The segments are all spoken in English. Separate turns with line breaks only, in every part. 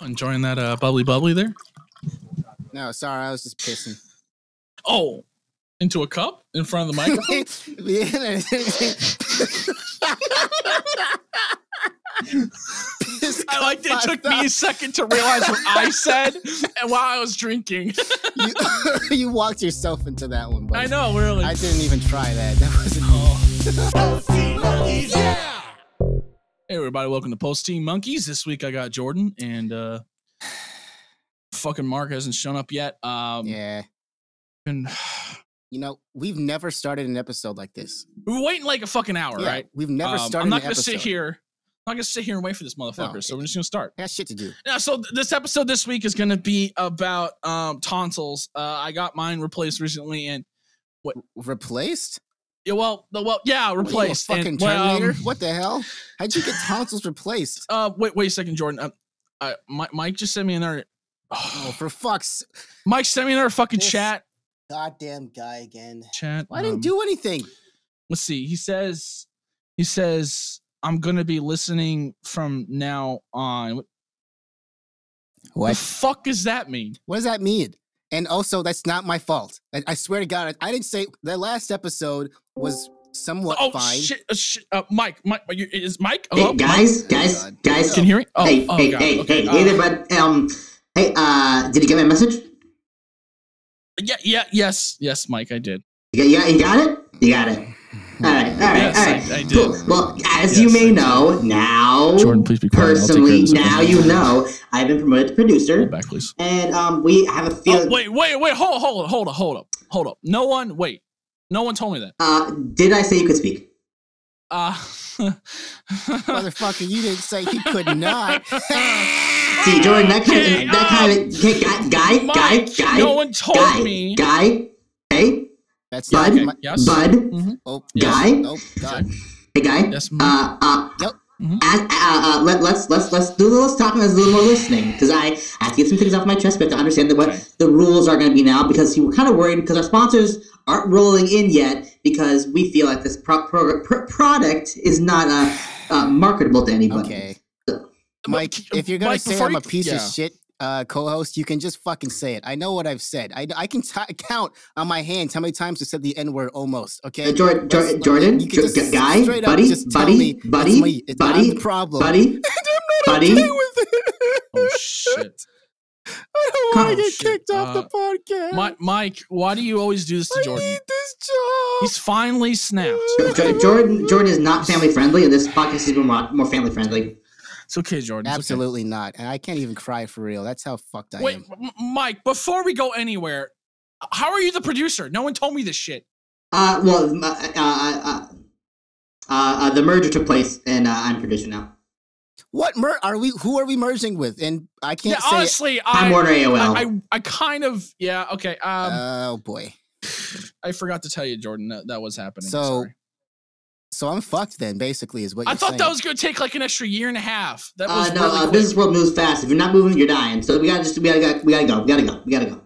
Enjoying that uh, bubbly bubbly there?
No, sorry, I was just pissing.
Oh, into a cup in front of the microphone.
Piss
I liked it.
cup
Took me a second to realize what I said, and while I was drinking,
pasta. you, you walked yourself into that one, buddy.
I know Oh, we're
I
like,
didn't even try that. That wasn't.
"Hey, everybody, welcome to Post Team Monkeys." This week I got Jordan and uh, fucking Mark hasn't shown up yet. Um,
Yeah.
and-
You know, we've never started an episode like this.
we were waiting like a fucking hour,
Yeah,
right?
We've never
Um,
started
I'm not
an
gonna
episode.
sit here. I'm not gonna sit here and wait for this motherfucker. so we're just gonna start.
I got shit to do.
Yeah, so th- this episode this week is going to be about um, tonsils. Uh, I got mine replaced recently, and
Replaced?
yeah, well, the, well, yeah,
What are you, a
replaced.
fucking
and, well, um,
Terminator? what the hell? How'd you get tonsils replaced?
uh, wait, wait a second, Jordan. Uh, I, Mi- Mike just sent me another.
Oh, for fuck's
Mike sent me another fucking
This-
chat.
goddamn guy again.
Chat.
Well, I didn't
um,
do anything.
Let's see. He says. He says I'm going to be listening from now on. What the fuck does that mean?
What does that mean? And also, that's not my fault. I, I swear to God, I, I didn't say that last episode was somewhat
oh
fine.
shit! Uh, shit uh, Mike, Mike, are you- is Mike?
Hey
Hello?
guys, guys,
God.
guys!
oh, Can you hear me? Oh,
hey,
oh,
hey,
God,
hey,
okay,
hey,
uh,
hey there, but um, hey, uh, did you get my message?
Yeah, yeah, yes, yes, Mike, I did.
You, yeah, you got it. You got it. All right, all right,
Yes,
all
I-
right.
I did.
cool. Well, as you
Yes, I
may
did.
know now,
Jordan, please be quiet. I'll take care of
personally,
this.
now you know I've been promoted to
Hold
producer,
back, please.
and um, we have a
Oh,
feeling.
wait, wait, wait. Hold, hold, hold up, hold up, hold up. No one, wait. No one told me that.
Uh, did I say you could speak?
Uh,
Motherfucker, you didn't say he could not.
See, Jordan, that kind
Hey, uh,
of, that kind of, hey, guy, guy, guy,
Mike,
guy,
no one told
guy,
me.
guy, hey,
That's
Yeah,
not
okay.
my.
Yes.
bud,
Oh,
Yes.
guy,
oh, God.
hey, guy.
Yes, Mike.
uh, uh,
Yep.
Mhm.
as, uh, uh, let, let's let's let's do a little talking, let's do a little more listening, because I, I have to get some things off my chest, but to understand that what
Okay.
the rules are going to be now, because we were kind of worried because our sponsors aren't rolling in yet, because we feel like this pro- pro- pro- product is not uh, uh, marketable to anybody.
Okay.
Ugh.
Mike,
Mike,
if you're going to
uh, Mike,
say
before
I'm
you-
a piece of
yeah.
shit uh, co host, you can just fucking say it. I know what I've said. I, I can t- count on my hands how many times I said the N word almost,
Uh,
okay?
Jordan,
Let's-
Jordan, Jordan
you can
Jor-
just
gu- guy,
straight up
buddy,
just tell me it's
buddy,
me.
buddy,
It's not
buddy,
the problem.
buddy, buddy,
oh shit.
I don't wanna
Oh, shit. Uh,
podcast.
Mi- Mike, why do you always do this to Jordan?
this job.
He's finally snapped.
Jor- Jor- Jordan, Jordan is not family friendly, and this podcast is more more family friendly.
It's okay, Jordan. it's okay.
Absolutely not. And I can't even cry for real. That's how fucked I
Wait,
am.
M- Mike, before we go anywhere, how are you the producer? No one told me this shit.
Uh, well, m- uh, uh, uh, uh, the merger took place, and uh, I'm producer now.
What mer- are we? Who are we merging with? And I can't
yeah,
say.
honestly,
I'm
I,
Warner AOL.
I, I, I kind of, yeah, okay. Um,
oh boy.
I forgot to tell you, Jordan, that, that was happening.
So,
Sorry.
So I'm fucked then. Basically, is what
I
you're
thought
saying.
that was going to take like an extra year and a half. That was
uh, no,
really
uh,
quick.
business world moves fast. If you're not moving, you're dying. So we gotta just we gotta go. We gotta go. We gotta go. We gotta go.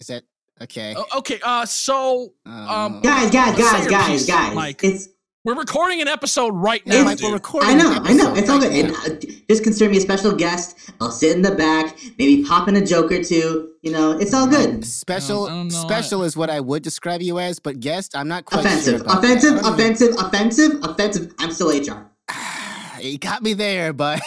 Is that okay?
O- okay, uh, so
Um,
Guys, guys,
Say
guys,
your
guys,
piece,
guys.
Mike.
It's
we're recording an episode right
yeah,
now.
Mike,
dude.
we're recording.
I
an
know, I know.
episode
It's all
right
good. And,
now.
uh, just consider me a special guest. I'll sit in the back, maybe pop in a joke or two. You know, it's all good.
Special,
I don't know, I-
special is what I would describe you as, but guest, I'm not quite
Offensive,
sure about that. I
offensive,
don't even-
offensive, offensive, offensive. I'm still HR.
You got me there, but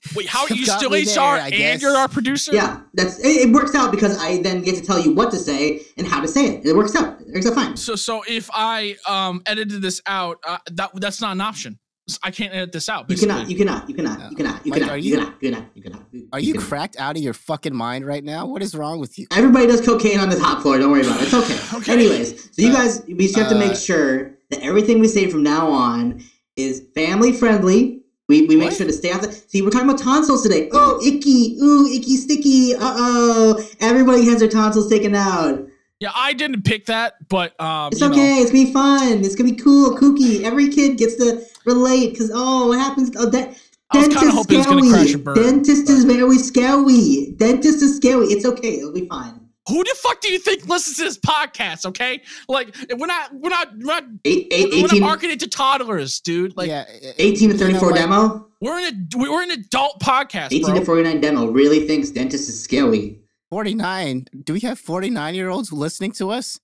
Wait, how
You've
you
got
still
me
HR
there, I
and you're
guess.
our producer?
Yeah, that's it, it. Works out because I then get to tell you what to say and how to say it. It works out. It works out fine.
So, so if I um edited this out, uh, that that's not an option. I can't edit this out.
You
Basically.
cannot, you cannot, you cannot, you cannot, you
Mike,
cannot,
are
you
you-
cannot, you cannot, you cannot.
are you cracked out of your fucking mind right now? What is wrong with you?
Everybody does cocaine on the top floor. Don't worry about it. It's okay.
Okay.
Anyways, so you
Uh,
guys, we just have to
uh,
make sure that everything we say from now on is family friendly. We, we make
What?
sure to stay out the. See, we're talking about tonsils today. Oh, icky. Ooh, icky, sticky. Uh oh. Everybody has their tonsils taken out.
Yeah, I didn't pick that, but um,
It's
you
okay.
Know,
It's gonna be fun. It's gonna be cool, kooky. Every kid gets to relate because oh, what happens? Oh, that
I was kinda
dentist
hoping it was gonna
scowie.
crash and burn,
Dentist
but-
is very scowy. Dentist is scowy. It's okay. It'll be fine.
who the fuck do you think listens to this podcast? Okay, like we're not we're not we're not,
Eight, eight,
we're not
18,
marketed to toddlers, dude. Like,
yeah, uh,
18 to
you know,
34
Mike,
demo.
We're an ad- we're an adult podcast,
18
bro.
to 49 demo really thinks dentist is scary.
49. Do we have 49 year olds listening to us?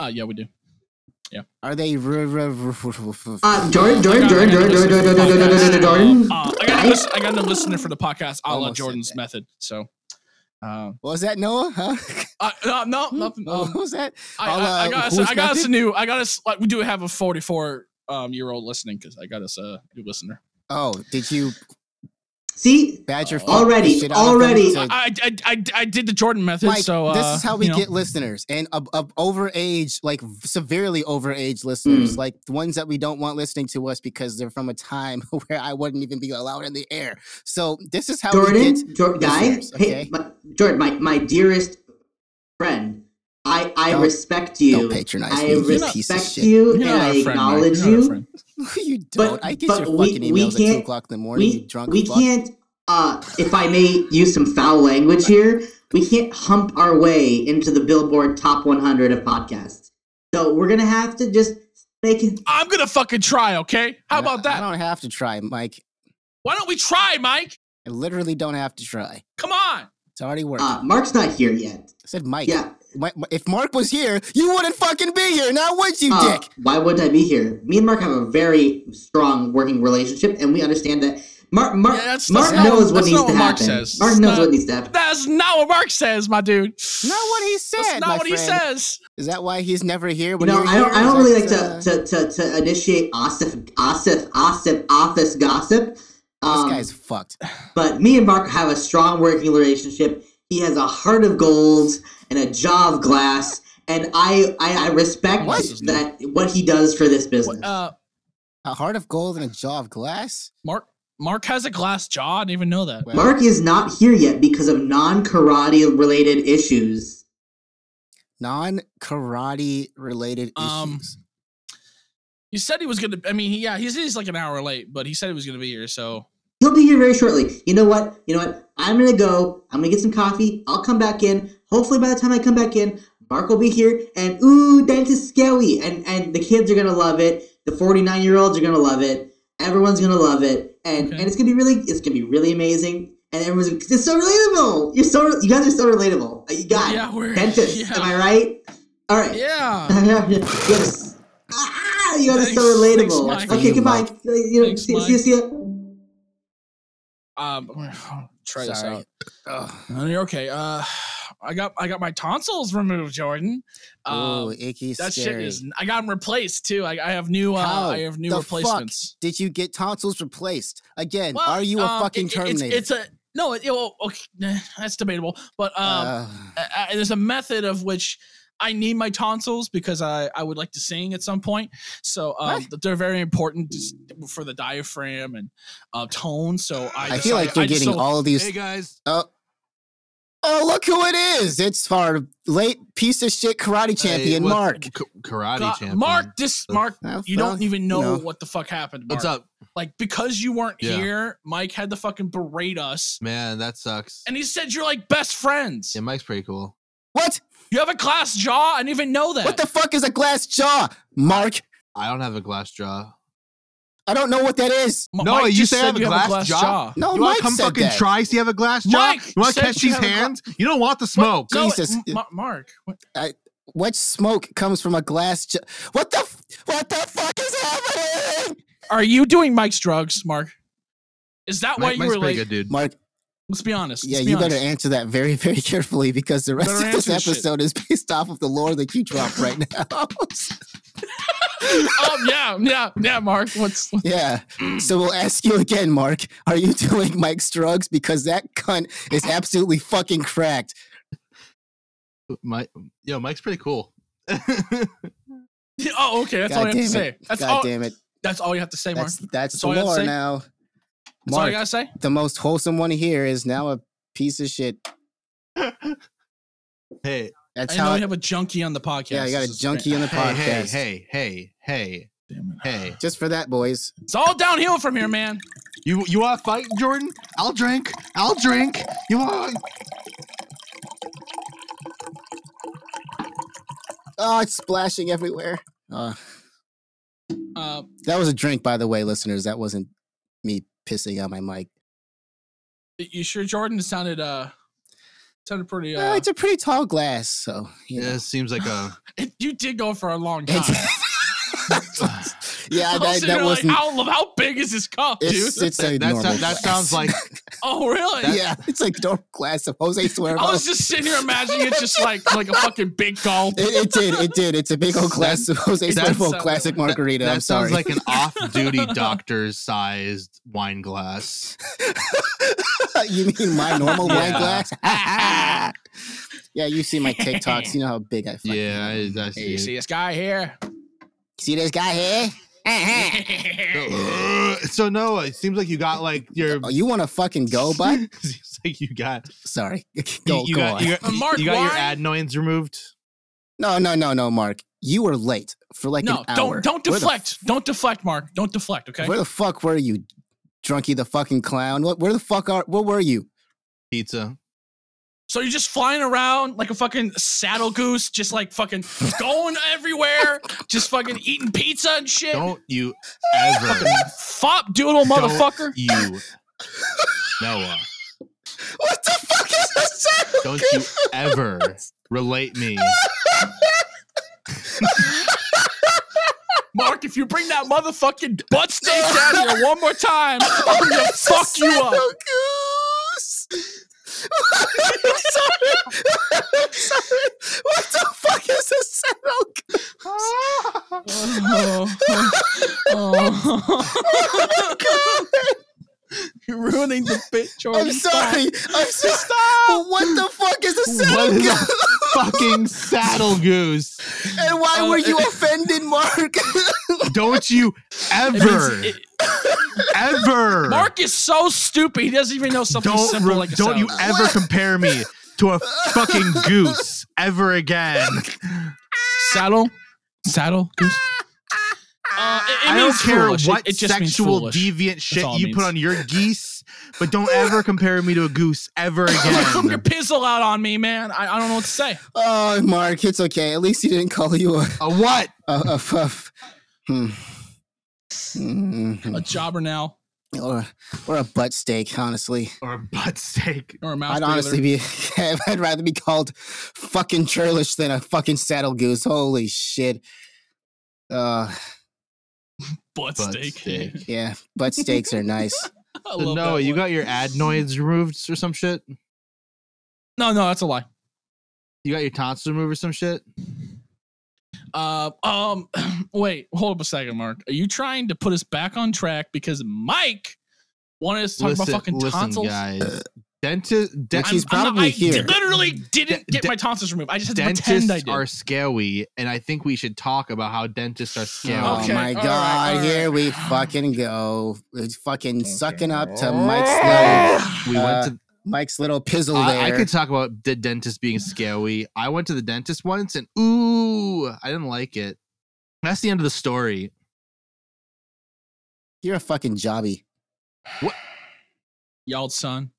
Uh, yeah, we do.
Are they.
Uh, Jordan,
I got- I
Jordan,
got to
Jordan, Jordan, Jordan,
listen to
Jordan, Jordan,
the
Jordan, Jordan,
podcast.
Jordan.
Uh, I got a list- I got a listener for the podcast, a la
Almost said
Jordan's
that.
method. So, uh,
What was that, Noah? Huh?
uh, no, no,
Hmm.
nothing.
Oh,
what
Um,
was that?
I, I,
I'll,
I
uh,
got us,
who's
I got us a
method?
new. I got us. Like, we do have a forty-four um, year old listening because I got us a new listener.
Oh, did you
See,
badger fuck the
Already,
shit out of them
already.
to-
Oh. I, I, I, I did the Jordan method.
Mike,
so uh,
this is how we
you know.
get listeners and ab- ab- overage, like v- severely overage listeners,
Hmm.
like the ones that we don't want listening to us because they're from a time where I wouldn't even be allowed in the air. So this is how we get.
Jordan, Jordan, guy,
listeners,
hey,
okay?
my, Jordan, my, my dearest friend, I, I
Don't-
respect you.
Don't patronize
I
me, you piece of
respect
shit.
you
You're
and
not
I
our friend, Mike.
acknowledge
You're not our
you.
friend.
No, you
But-
don't. I get
but
your
we-
fucking
we
emails at two
can't-
o'clock in the morning. you
we,
drunk
we
fuck.
can't uh if i may use some foul language here we can't hump our way into the billboard top 100 of podcasts so we're gonna have to just make it
I'm gonna fucking try. Okay, how
I-
about
I
that?
don't have to try, Mike.
Why don't we try, Mike?
I literally don't have to try.
Come on.
It's already working.
uh mark's not here yet
I said, Mike.
yeah
Mi- Mi- if Mark was here, you wouldn't fucking be here. Now would you,
uh,
Dick?
why would i be here me and mark have a very strong working relationship and we understand that mark mark,
Yeah, that's-
mark
that's not
knows
what-
what
that's
needs
not
to
what Mark
happen
says.
mark
It's
knows
not-
what needs to happen
That's not what Mark says, my dude.
Not what he said.
That's
my
not what he
friend.
says.
Is that why he's never here?
you
When
know,
you're
I
here?
don't. I
Is
don't
that
really like
what's, uh,
to, to, to, to initiate gossip, gossip, gossip, office gossip. Um,
this guy's fucked.
But me and Mark have a strong working relationship. He has a heart of gold and a jaw of glass, and I I, I respect
What?
that what he does for this business.
Uh,
A heart of gold and a jaw of glass.
Mark. Mark has a glass jaw. I didn't even know that.
Well,
Mark is not here yet because of non karate related issues.
non karate related
Um,
issues.
You said he was gonna. I mean, he, yeah, he's, he's like an hour late, but he said he was gonna be here. So
He'll be here very shortly. You know what? You know what? I'm gonna go. I'm gonna get some coffee. I'll come back in. Hopefully, by the time I come back in, Mark will be here. And ooh, dentist scary. And and the kids are gonna love it. The 49 year olds are gonna love it. Everyone's gonna love it. And
Okay.
and it's gonna be really it's gonna be really amazing. And everyone's like, it's so relatable. You're so you guys are so relatable. Uh, You got
yeah, we're
it. dentist.
Yeah,
Am I right? All right.
yeah. Um,
yes. Ah, you guys are so
Thanks- thanks,
relatable.
Mike.
okay, goodbye.
Thank
You know,
Thanks,
see,
Mike.
see, you, see you.
Um, try this
Sorry.
out.
Ugh.
No, you're okay. Uh, I got I got my tonsils removed, Jordan.
Ooh,
Um,
icky,
that shit
scary.
is. I got them replaced too. I, I have new. Uh,
How
I have new
the fuck
replacements.
Did you get tonsils replaced again?
Well,
are you a
um,
fucking
it- it- it's-
terminator?
It's, a no. It, it- well, okay, eh, that's debatable. But um,
Ugh.
uh, uh, there's a method of which I need my tonsils because I, I would like to sing at some point. So um, th- they're very important just for the diaphragm and uh, tone. So I,
I, feel like
decided-
you're
I just
getting
don't-
all of these.
Hey guys,
oh, look who it is! It's our late piece of shit karate champion,
Hey, what-
Mark.
k- karate
God,
champion.
Mark, this
Uh,
Mark,
Oh,
you
well,
don't even know,
know.
what the fuck happened. Mark.
what's up,
Like because you weren't
Yeah.
here, Mike had to fucking berate us,
man? That sucks.
and he said you're like best friends.
yeah, Mike's pretty cool.
What?
You have a glass jaw. I didn't even know that.
What the fuck is a glass jaw, Mark?
I don't have a glass jaw.
I don't know what that is.
M-
No, you say I have a glass jaw?
No,
you wanna
Oh, Mike
come
said
fucking
that.
try? See, you have a glass jaw.
Mike
you want to
said
catch
you
these
have a gla-
hands? you don't want the smoke.
No,
Jesus.
M- Ma- Mark. What?
What smoke comes from a glass jar? What the f- what the fuck is happening?
Are you doing Mike's drugs, Mark? Is that why
Mike,
you
Mike's
were
pretty
late?
good, dude.
Mark,
Let's be honest.
yeah,
let's be
you better
honest.
answer that very, very carefully because the rest
Better
of this
answer shit.
episode is based off of the lore that you dropped right now.
um, yeah, yeah, yeah, Mark. What's
yeah. So we'll ask you again, Mark. Are you doing Mike's drugs? Because that cunt is absolutely fucking cracked.
Mike, yo, Mike's pretty cool.
oh, okay. That's all you have
damn
to
it.
say. That's
God
all.
damn it.
That's all you have to say, Mark.
That's
That's,
that's,
That's
the
all you have to
lore
say?
now.
all you
Mark,
gotta say.
the most wholesome one here is now a piece of shit.
hey,
That's
I
how
know we
it-
have a junkie on the podcast.
Yeah, I got
This
a
is
junkie
great.
on the
hey, hey,
podcast.
hey, hey, hey,
Damn it.
hey.
Just for that, boys.
It's all downhill from here, man.
You you want to fight, Jordan? I'll drink. I'll drink. You want?
Oh, it's splashing everywhere. Uh,
Uh,
that was a drink, by the way, listeners. That wasn't me pissing on my mic.
You sure, Jordan? It sounded uh, sounded pretty.
Well,
Uh,
it's a pretty tall glass, so you know.
Yeah, it seems like a.
it, you did go for a long time.
It's- yeah,
I was
that,
sitting
that
there like,
wasn't.
how, how big is this cup, dude?
It's, it's a
That,
normal
that, that
glass.
sounds like
oh, really?
yeah, it's like normal glass of Jose Suervo.
I was just sitting here imagining it's just like like a fucking big gulp.
it, it did. It did. It's a big old glass of Jose
that
Suervo
sounded
classic
like-
margarita.
that
I'm
sounds
sorry.
like an off-duty doctor-sized wine glass.
you mean my normal wine
Yeah.
glass? yeah, you see my TikToks. You know how big I fucking
Yeah,
am.
I, I
Hey, you
see.
see this guy here?
See this guy here? Uh-huh.
it. uh, so no, it seems like you got like your.
Oh, you want to fucking go, bud?
seems like you got
Sorry.
you,
go,
you
go
got
on.
you got,
Uh, Mark,
you got your
why?
adenoids removed.
No, no, no, no, Mark. You were late for like
no,
an hour.
don't don't
Where the
deflect. Don't deflect, Mark. Don't deflect, okay?
Where the fuck were you, drunky the fucking clown? What? Where the fuck are? Where were you?
Pizza.
So you're just flying around like a fucking saddle goose, just like fucking going everywhere, just fucking eating pizza and shit.
Don't you ever
Fop doodle motherfucker.
you Noah.
What the fuck is this?
Don't you ever relate me.
Mark, if you bring that motherfucking butt steak down here one more time, I'm gonna fuck you up.
Goose. I'm sorry. I'm sorry. What the fuck is a saddle goose?
Oh, oh. You're ruining the bit, Jordan.
I'm sorry. I'm so But What the fuck is a
What
saddle
is a
goose?
fucking saddle goose?
And why
Uh,
were you
it-
offended, Mark?
Don't you
It means-
ever,
it-
ever,
Mark is so stupid. He doesn't even know something
don't,
simple
re-
like a
don't you
saddle.
ever compare me to a fucking goose ever again.
saddle, saddle goose. Uh, it, it
I don't
means
care
foolish. It-
what
it just means
sexual
foolish.
deviant shit
all it
you put
means.
on your geese, but don't ever compare me to a goose ever
Fuck your
again.
pizzle out on me, man. I, I don't know what to say.
oh, Mark, it's okay. At least he didn't call you a
a what?
a, a fuff. Hmm. Mm,
Hmm.
A jobber now
Or or a butt steak, honestly.
Or a butt steak.
or a mouth
I'd
breather.
honestly be. I'd rather be called fucking churlish than a fucking saddle goose. Holy shit. Uh,
butt,
Butt
steak.
steak.
yeah, butt steaks are nice.
I
So
love
no,
that
you
one.
got your adenoids removed or some shit.
no, no. That's a lie.
You got your tonsils removed or some shit.
Uh, um, wait, hold up a second, Mark. Are you trying to put us back on track because Mike wanted us to talk about fucking tonsils?
guys. Dentist, de-
Which he's
I'm-
probably
I
here.
literally didn't
De-
get
de-
my tonsils removed. I just had to pretend I
dentists
did.
are scary, and I think we should talk about how dentists are scary.
Oh
Okay,
my
all right,
god,
all
here
right.
we fucking go. It's fucking sucking up to Mike's little
Oh.
We
Uh,
went to.
Mike's little pizzle there.
I, I could talk about the dentist being scary. I went to the dentist once, and ooh, I didn't like it. That's the end of the story.
You're a fucking jobby.
Y'all, son.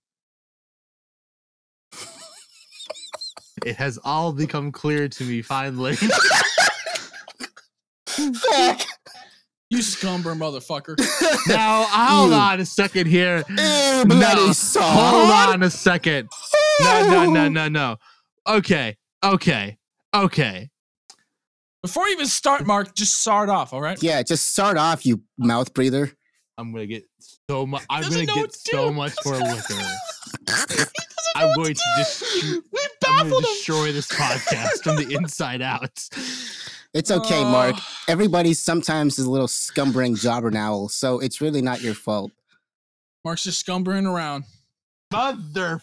It has all become clear to me finally.
Fuck.
You scumber motherfucker.
now, hold
You-
on a second here.
Ew, bloody
No,
sod.
Hold on a second. No, no, no, no, no. Okay, okay, okay.
Before you even start, Mark, just start off, all right?
Yeah, just start off, you mouth breather.
I'm gonna get so much. I'm
doesn't
gonna
know
get
what to
so
do.
much more liquor. I'm going to destroy.
We
I'm
baffled
gonna
him.
destroy this podcast from the inside out.
It's okay,
Oh.
Mark. Everybody sometimes is a little scumbering jobbernowl, so it's really not your fault.
Mark's just scumbering around.
Mother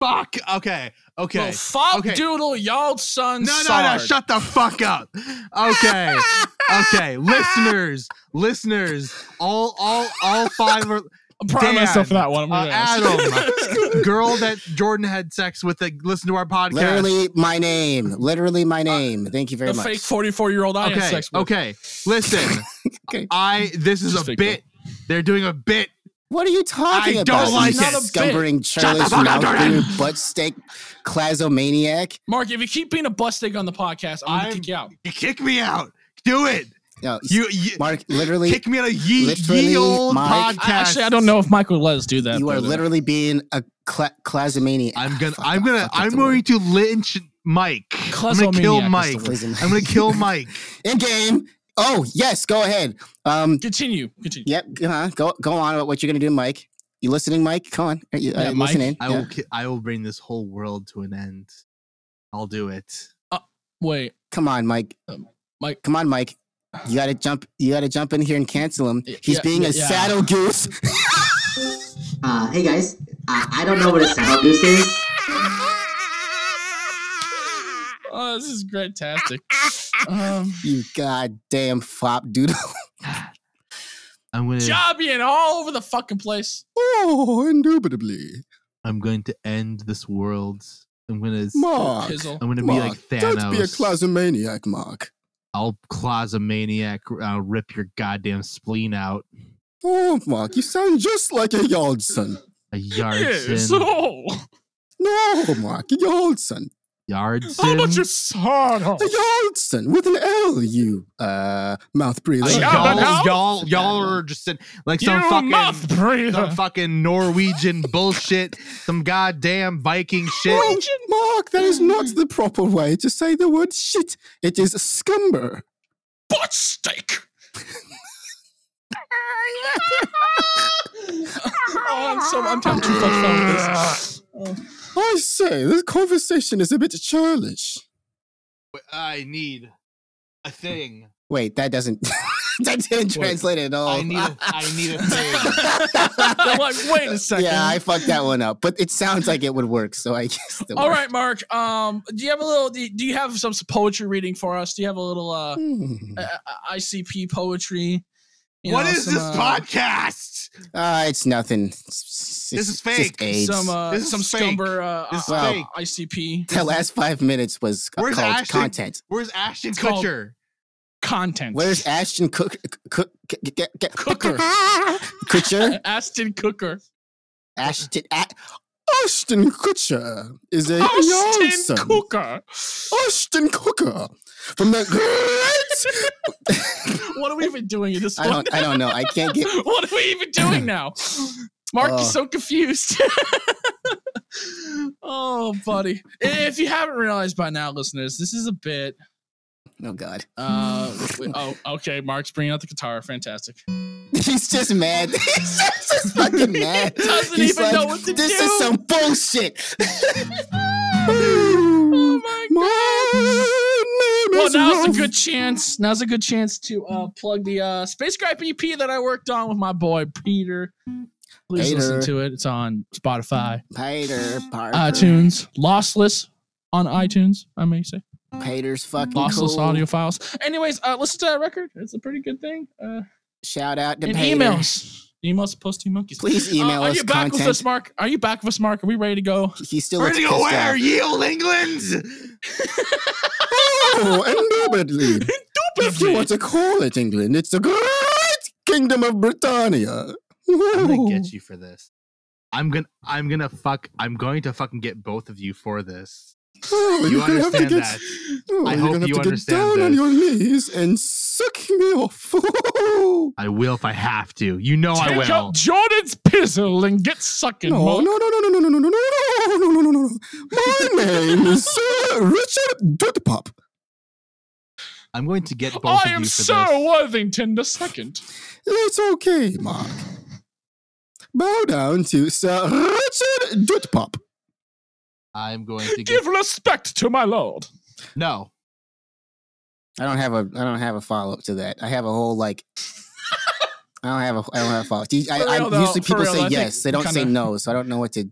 fuck. Okay,
Okay.
okay.
fop
okay.
doodle, y'all, son.
No, no, no!
Sard.
Shut the fuck up. Okay, okay, listeners, listeners, all, all, all five are.
I'm proud of myself for
Dan,
that one. I'm
uh,
gonna
Adam, girl that Jordan had sex with that listened to our podcast.
Literally my name. Literally
Uh,
my name. Thank you very
the
much.
fake 44 year old I had
okay,
sex with.
okay. Listen,
Okay.
I this is
Just
a
fake
bit. They're doing a bit.
What are you talking
I don't
about?
like
you
it.
scumbering, churlish,
fuck up,
mouth
Jordan.
breather, butt steak, clasomaniac.
Mark, if you keep being a bust egg on the podcast, I'm gonna
I'm-
kick you out.
You kick me out. Do it.
No,
You, you
Mark, literally,
kick me on a ye,
literally,
ye old
Mike-
podcast.
I, actually, I don't know if Mike would let us do that.
you are
but, uh,
literally being a cla- clasomaniac.
I'm gonna.
Fuck
I'm
that-
gonna.
fuck that's
I'm
the
going
word.
to lynch Mike. I'm gonna
Clasomaniac is
kill
the
Mike.
word.
I'm gonna kill Mike.
in game. Oh yes, go ahead. Um,
Continue. Continue.
yep. Uh, go go on about what you're gonna do, Mike. You listening, Mike? Come on, are you,
Yeah,
uh,
Mike,
listening?
I
Yeah.
will. Ki- I will bring this whole world to an end. I'll do it.
Wait.
Come on, Mike.
Um, Mike-
Come on, Mike. You gotta jump. You gotta jump in here and cancel him.
Y-
He's
yeah,
being
yeah,
a
yeah.
saddle goose.
Uh, hey guys, uh, I don't know what a saddle goose is.
Oh, this is fantastic. um,
you goddamn flop doodle.
I'm gonna.
job being all over the fucking place.
oh, indubitably,
I'm going to end this world. I'm gonna.
Mark.
Pizzle.
I'm gonna be
Mark,
like Thanos.
Don't be a clasomaniac, Mark.
I'll clasomaniac. Uh, rip your goddamn spleen out.
Oh, Mark, you sound just like a Yardson.
A yard
Yes.
sin.
Oh,
No, Mark, Yardson.
Yard
how
sin.
about your son?
The
Oh.
Yardson with an L, you uh, mouth breather.
Uh,
Yeah,
y'all,
but how-
y'all,
It's a
y'all
bad one.
are just in, like
You
some fucking
mouth breather.
some fucking Norwegian bullshit, some goddamn Viking
Oh,
shit.
Mark, that is not the proper way to say the word shit. It is scumber.
Butt steak. oh, I'm so I'm having too much fun with this.
I say, this conversation is a bit churlish.
I need a thing.
Wait, that doesn't. that didn't translate at all.
I need a, I need a thing.
I'm like, wait a second.
Yeah, I fucked that one up, but it sounds like it would work, so I guess. it
All
worked.
right, Mark. Um, do you have a little? Do do you have some poetry reading for us? Do you have a little uh,
Hmm.
uh ICP poetry? You
What
know,
is
some,
this
uh,
podcast?
Uh, it's nothing. It's- It's,
This
it's
is fake.
Just AIDS.
Some uh,
This is
some
fake.
scumber uh,
This is
uh,
fake.
ICP
that last five minutes was
Where's
called
Ashton?
content.
Where's Ashton
It's called-
Kutcher?
content.
Where's Ashton Cook? Cook? Cook- Cook- Cook-
Cooker?
Kutcher?
Aston Cooker.
Ashton. A- Ashton Kutcher is a
Ashton
Johnson.
Cooker.
Ashton Cooker from the great.
What are we even doing in this
I
one?
don't. I don't know. I can't get.
what are we even doing now? Mark
Oh.
is so confused. oh, buddy. If you haven't realized by now, listeners, this is a bit.
Oh God.
Uh, we- oh, okay. Mark's bringing out the guitar. Fantastic.
He's just mad. He's just fucking mad.
doesn't
He's
even
like,
know what to
this
do."
is some bullshit.
Oh my
My name
Well, now's
is
a
Ralph.
good chance. Now's a good chance to uh, plug the uh, Space Gripe EP that I worked on with my boy Peter. Please listen
Peter.
to it. It's on Spotify,
Peter Parker.
Uh, iTunes, Lossless on iTunes. I may say
Peter's fucking
Lossless
cool.
audio files. Anyways, uh, listen to that record. It's a pretty good thing. Uh,
Shout out to
and
Peter.
emails, emails, posty monkeys.
eh? Please email
Uh, are
us
you back
content.
with us, Mark? Are you back with us, Mark? Are we ready to go?
He still
We're
looks
gonna
pissed
go where?
off.
Ye old England.
Oh, indubitably. if you want to call it England, it's the great kingdom of Britannia.
I'm gonna get you for this. I'm gonna I'm gonna fuck I'm going to fucking get both of you for this.
Oh,
You
you're gonna have to
understand
get-
that.
oh,
I
you're
hope
gonna have
you
to get
understand
down on
this.
your knees and suck me off. no,
I will if I have to. You know I
Take
will.
out Jordan's pizzle and get sucking.
no, no,
Mark.
no, no, no, no, no, no, no, no, no, no, no, no. My name is Sir Richard Dudpop.
I'm going to get both
I
of
am
you for
Sir
this.
Worthington the second.
It's okay, Mark. Bow down to Sir Richard Dudpop.
I'm going to get
Give respect to my lord.
no.
I don't have a I don't have a follow up to that. I have a whole like I don't have a I don't have a follow. Do you- I,
For
I,
real, though,
usually
for
people
real, I
say
think
yes, they don't say
kinda-
no, so I don't know what to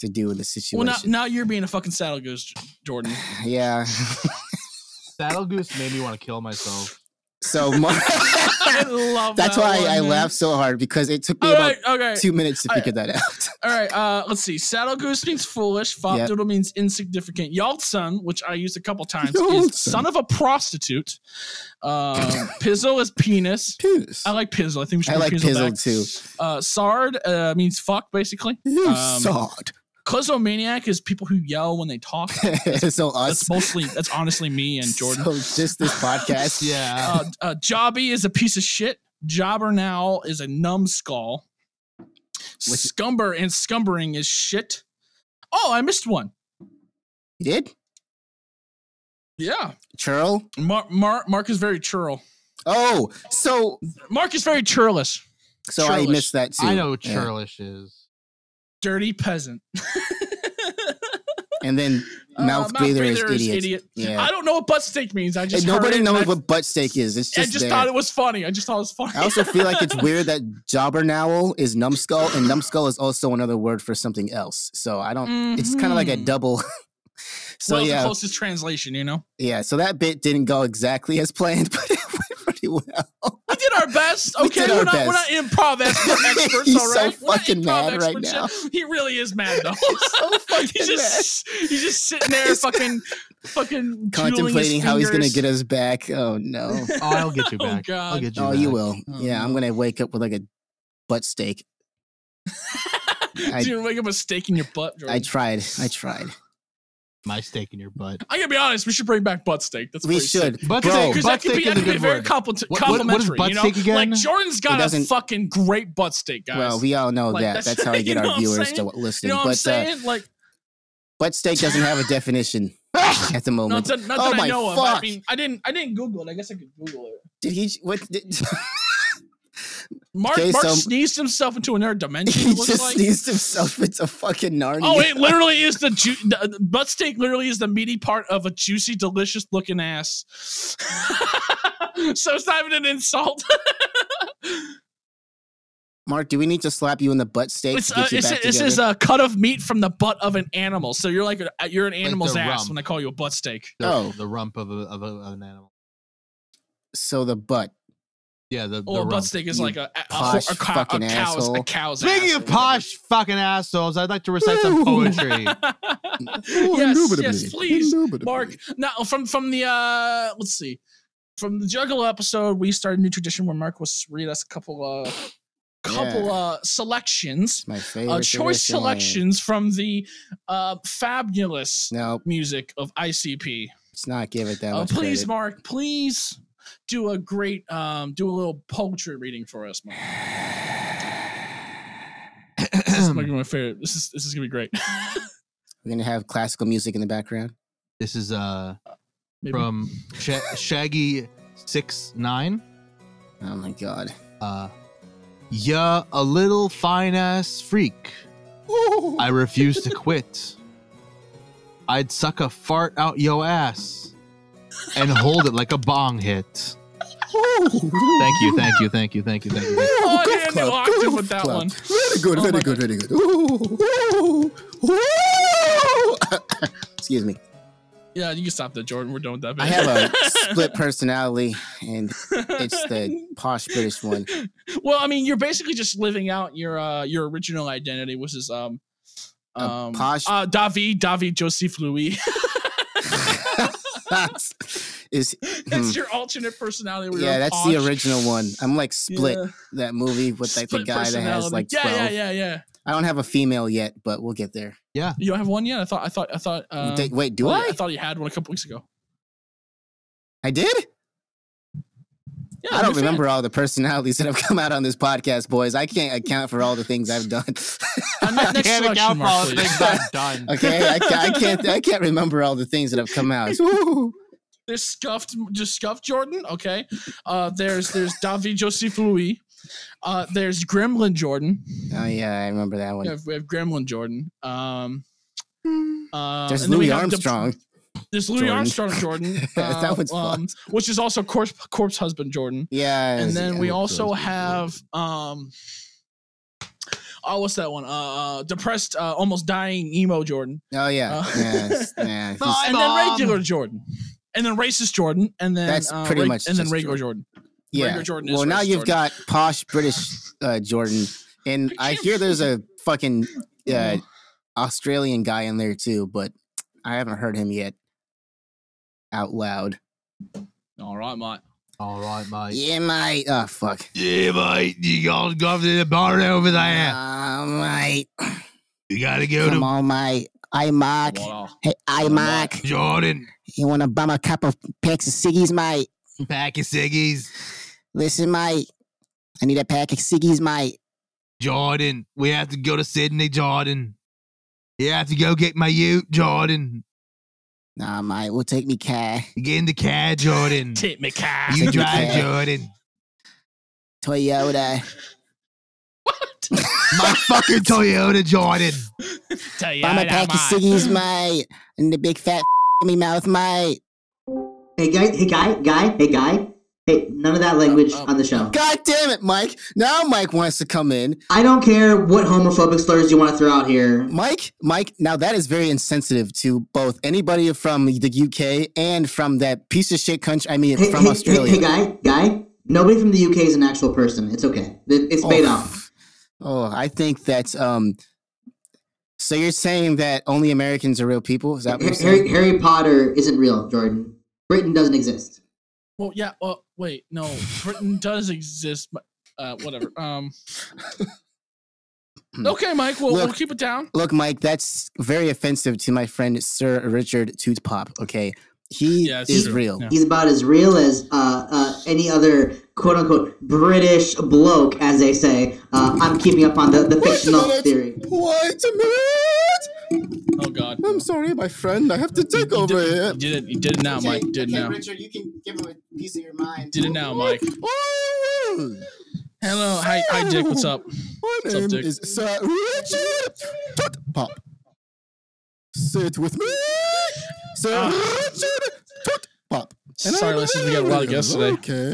to do in this
Well,
situation.
now, now you're being a fucking saddle goose, J- Jordan.
yeah.
Saddle Goose made me want to kill myself.
So Mark,
I love
that's
that
why
one,
I
man.
laughed so hard because it took me
All
about
right, okay,
two minutes to
I-
figure that out.
all right. Uh, let's see. Saddle goose means foolish. Fop
Yep.
doodle means insignificant. Yaldson, which I used a couple times,
Yaldson.
is son of a prostitute. Um, pizzle is penis.
Penis.
I like pizzle. Uh, I think we should
I
bring
like
pizzle,
Pizzle
back.
too.
Uh, sard uh, means fuck, basically.
You
Um,
sod.
Closomaniac is people who yell when they talk.
so us.
That's mostly that's honestly me and Jordan.
So just this podcast.
Yeah.
Uh, uh, Jobby is a piece of shit. Jobber now is a numbskull.
Which-
Scumber and scumbering is shit. Oh, I missed one.
You did?
Yeah,
Churl?
Mar- Mar- Mark is very churl.
Oh, so
Mark is very churlish.
so I
Churlish.
missed that too.
I know what
Yeah.
churlish is.
Dirty peasant.
And then
Uh,
mouth breather is
breather
idiot. Yeah.
I don't know what butt steak means. I just
And
heard
nobody
it and
knows
I,
what butt steak is. It's
I
just,
just
there.
thought it was funny. I just thought it was funny.
I also feel like it's weird that jobbernowl is numbskull, and numbskull is also another word for something else. So I don't. Oh, It's kind of like a
Mhm.
double. so
well, it's
yeah,
the closest translation, you know.
yeah. So that bit didn't go exactly as planned, but it went pretty well.
We did our best.
We
Okay,
did
we are
our
not we're not
best.
improv expert- experts.
He's
all
so
right, We're not
fucking
improv
mad right
experts yet.
now.
He really is mad though.
so fucking
he's just he's just sitting there,
He's-
fucking, fucking
Contemplating how he's gonna get us back. Oh no!
Oh, I'll get you
Oh,
back. I'll
God.
get you.
Oh, you
back.
will.
Oh,
yeah, I'm gonna wake up with like a butt steak. I-
Dude, you make a mistake in your butt. Jordan.
I tried. I tried.
My steak in your butt.
I gotta be honest. We should bring back butt steak. That's
We
pretty sick.
should.
Butt
Bro.
steak,
Because
butt
that could
steak
be, that
is a
could be
good
very
word.
compliment-
What- what- what is
complimentary.
butt
you know?
steak again?
Like Jordan's got a
doesn't-
fucking great butt steak, guys.
Well, we all know
Like,
that.
that's-
That's how I
you
get
know
our
what I'm
viewers to
saying? you
listen.
know what I'm
but uh,
saying? Like,
butt steak doesn't have a definition at the
not
moment.
that, not
Oh
that
my
I know of. I
fuck.
mean, I didn't, I didn't Google it. I guess I could Google it.
Did he? What? Did,
Mark,
Okay,
Mark
so-
sneezed himself into another dimension.
he
It looks
just
like.
sneezed himself into fucking Narnia.
Oh, it literally is the, ju- the the butt steak. Literally is the meaty part of a juicy, delicious looking ass. so it's not even an insult.
Mark, do we need to slap you in the butt steak
It's
to
uh,
get you
it's,
back
this
together?
is a cut of meat from the butt of an animal. So you're like a- you're an animal's
the
ass
rump.
when I call you a butt steak.
The,
Oh.
the rump of, a, of, a, of an animal.
uh,
so the butt.
Yeah, the,
Or
the
Oh, a
rump.
butt steak is
you
like a a, a,
posh
ho- a, cow- a
fucking
cow's a
asshole.
cow's.
Speaking of
asshole.
posh fucking assholes, I'd like to recite some
Woo.
poetry.
yes, yes, please. Mark, now from from the uh let's see, from the Juggalo episode, we started a new tradition where Mark was read us a couple uh couple
Yeah.
uh selections,
my favorite.
uh, choice
tradition.
selections from the uh fabulous
No,
music of ICP.
let's not give it that
Uh,
much
please,
credit.
Mark, please do a great um do a little poetry reading for us, Mark. This is gonna be my favorite. This is this is gonna be great.
We're gonna have classical music in the background.
this is uh
Maybe.
from Sha Shaggy six nine.
Oh my god.
Uh, yeah, a little fine ass freak. I refuse to quit. I'd suck a fart out yo ass and hold it like a bong hit. Thank you, thank you, thank you, thank you, thank you. Thank you.
Oh, I didn't do octave with that one.
Very good,
Oh my
very good, very good. Ooh, ooh, ooh. Excuse me.
Yeah, you can stop that, Jordan. We're done with that.
I
bit.
have a split personality, and it's the posh British one.
well, I mean, you're basically just living out your uh your original identity, which is um
A
um
posh- Hmm.
uh, David David Joseph Louis.
is
that's your alternate personality. where you're
yeah,
a
that's the
posh-
original one. I'm like split
Yeah.
that movie with like the
Split
guy that has
personality.
like
yeah,
twelve.
yeah, yeah, yeah.
I don't have a female yet, but we'll get there.
You don't have one yet. I thought, I thought, I thought. Um,
Th- Wait, do
I
I?
thought you had one a couple weeks ago.
I did.
Yeah,
I don't
new fan.
remember all the personalities that have come out on this podcast, boys. I can't account for all the things I've done.
I meant Uh, next
Panic
selection,
out for all
Mark,
the
please.
things I've done.
Okay, I, ca- I can't. I can't remember all the things that have come out.
There's scuffed, just scuffed Jordan. Okay. Uh, there's there's David Joseph Louis. Uh, there's Gremlin Jordan.
Oh yeah, I remember that
We
one.
have, we have Gremlin Jordan. Um, uh,
There's
and then we
Louis
have the-
Armstrong.
there's Louis
Jordan.
Armstrong Jordan.
That
uh,
one's
um, which is also corpse corpse husband Jordan.
yeah,
And
it's-
then we
yeah.
also have um, oh, what's that one? Uh, uh, depressed, uh, almost dying emo Jordan.
Oh yeah,
uh,
yeah, yeah. he's-
Hi,
and then
Mom.
regular Jordan, and then racist Jordan, and then
That's
uh,
pretty
reg-
much
and then
just
regular Jordan.
yeah.
regular Jordan is
Well, now
racist Jordan.
you've got posh British uh, Jordan, and
I
I
can't
hear there's a fucking uh,
Yeah.
Australian guy in there too, but I haven't heard him yet out loud.
All right, mate.
All right, mate.
Yeah, mate. Oh fuck.
Yeah, mate. You gotta go to the bar over
Ah, Oh, mate.
You gotta go
Come
to
on, my iMac.
Wow.
Hey,
Mac.
iMac.
Jordan.
You want to bum a couple packs of ciggies, mate?
Pack of ciggies.
Listen, mate. I need a pack of ciggies, mate.
Jordan. We have to go to Sydney, Jordan. You have to go get my ute, Jordan.
Nah, mate. We'll take me car.
Get in the car, Jordan.
Take me car.
You
Take the
drive,
car.
Jordan.
Toyota.
My fucking Toyota, Jordan.
Tell you
Bum a pack of ciggies, mate. And the big fat in me mouth, mate.
Hey guy, hey guy, guy, hey guy. Hey, none of that language
um,
on the show.
God damn it, Mike. Now Mike wants to come in.
I don't care what homophobic slurs you want to throw out here.
Mike, Mike, now that is very insensitive to both anybody from the UK and from that piece of shit country. I mean,
Hey,
from
hey,
Australia.
Hey, hey guy, guy. Nobody from the UK is an actual person. It's okay. It- It's made up.
Oh, I think that. Um, so you're saying that only Americans are real people? Is that what you're saying?
Harry, Harry Potter isn't real, Jordan. Britain doesn't exist.
Well, yeah. Well, wait. No, Britain does exist. But, uh, whatever. Um. okay, Mike. Well, we'll
Look.
keep it down.
Look, Mike, that's very offensive to my friend Sir Richard Tootpop. Okay, he
Yeah, it's
is
true.
real.
Yeah.
He's about as real as uh, uh, any other quote unquote British bloke, as they say. Uh, I'm keeping up on the, the fictional
minute.
theory.
Wait a minute!
Oh God.
I'm sorry, my friend. I have to
You-
take
you
over
did,
here.
You did it. You did it now, Mike. You Did it now.
Richard, you can give him a piece of your mind.
Did it now, Mike. Hello. Hi, hi, Dick. What's up?
My
What's up, Dick?
Sir Richard Tutpop. Sit with me, Sir
Ah.
Richard Tutpop.
Sorry, listen. We got a lot of guests today.
Okay.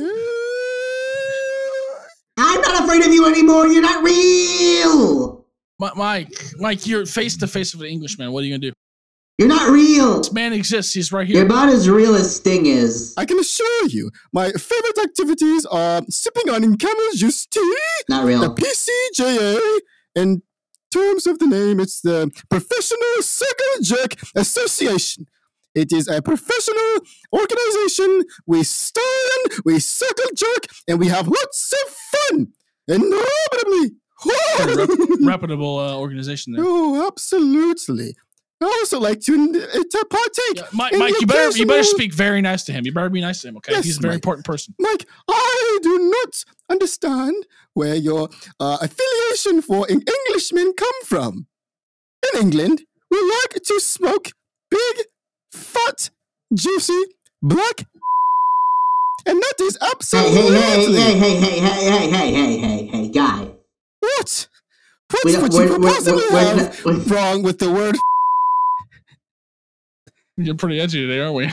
I'm not afraid of you anymore. You're not real.
Mi- Mike, Mike, you're face to face with an Englishman. What are you gonna do?
You're not real.
This man exists. He's right
You're
here.
about as real as Sting is.
I can assure you, my favorite activities are sipping on camel juice tea,
Not
the
real.
PCJA, in terms of the name, it's the Professional Circle Jerk Association. It is a professional organization. We stand, we circle jerk, and we have lots of fun. And nobody.
Rep- reputable uh, organization there.
Oh, absolutely. I also like to, uh, to partake.
Yeah, Mike,
In
Mike, you better you better
location-
speak very nice to him. You better be nice to him. Okay,
Yes,
he's a very
Mike.
important person.
Mike, I do not understand where your uh, affiliation for en- Englishmen come from. In England, we like to smoke big, fat, juicy, black, and that is
Hey,
absolutely
hey, hey, hey, hey, hey, hey, hey, hey, hey, hey, hey, guy.
what.
We
What's what
don't- we're-
you could
we're-
possibly
we're- we're
have
not- we're-
wrong with the word?
You're pretty edgy today, aren't we?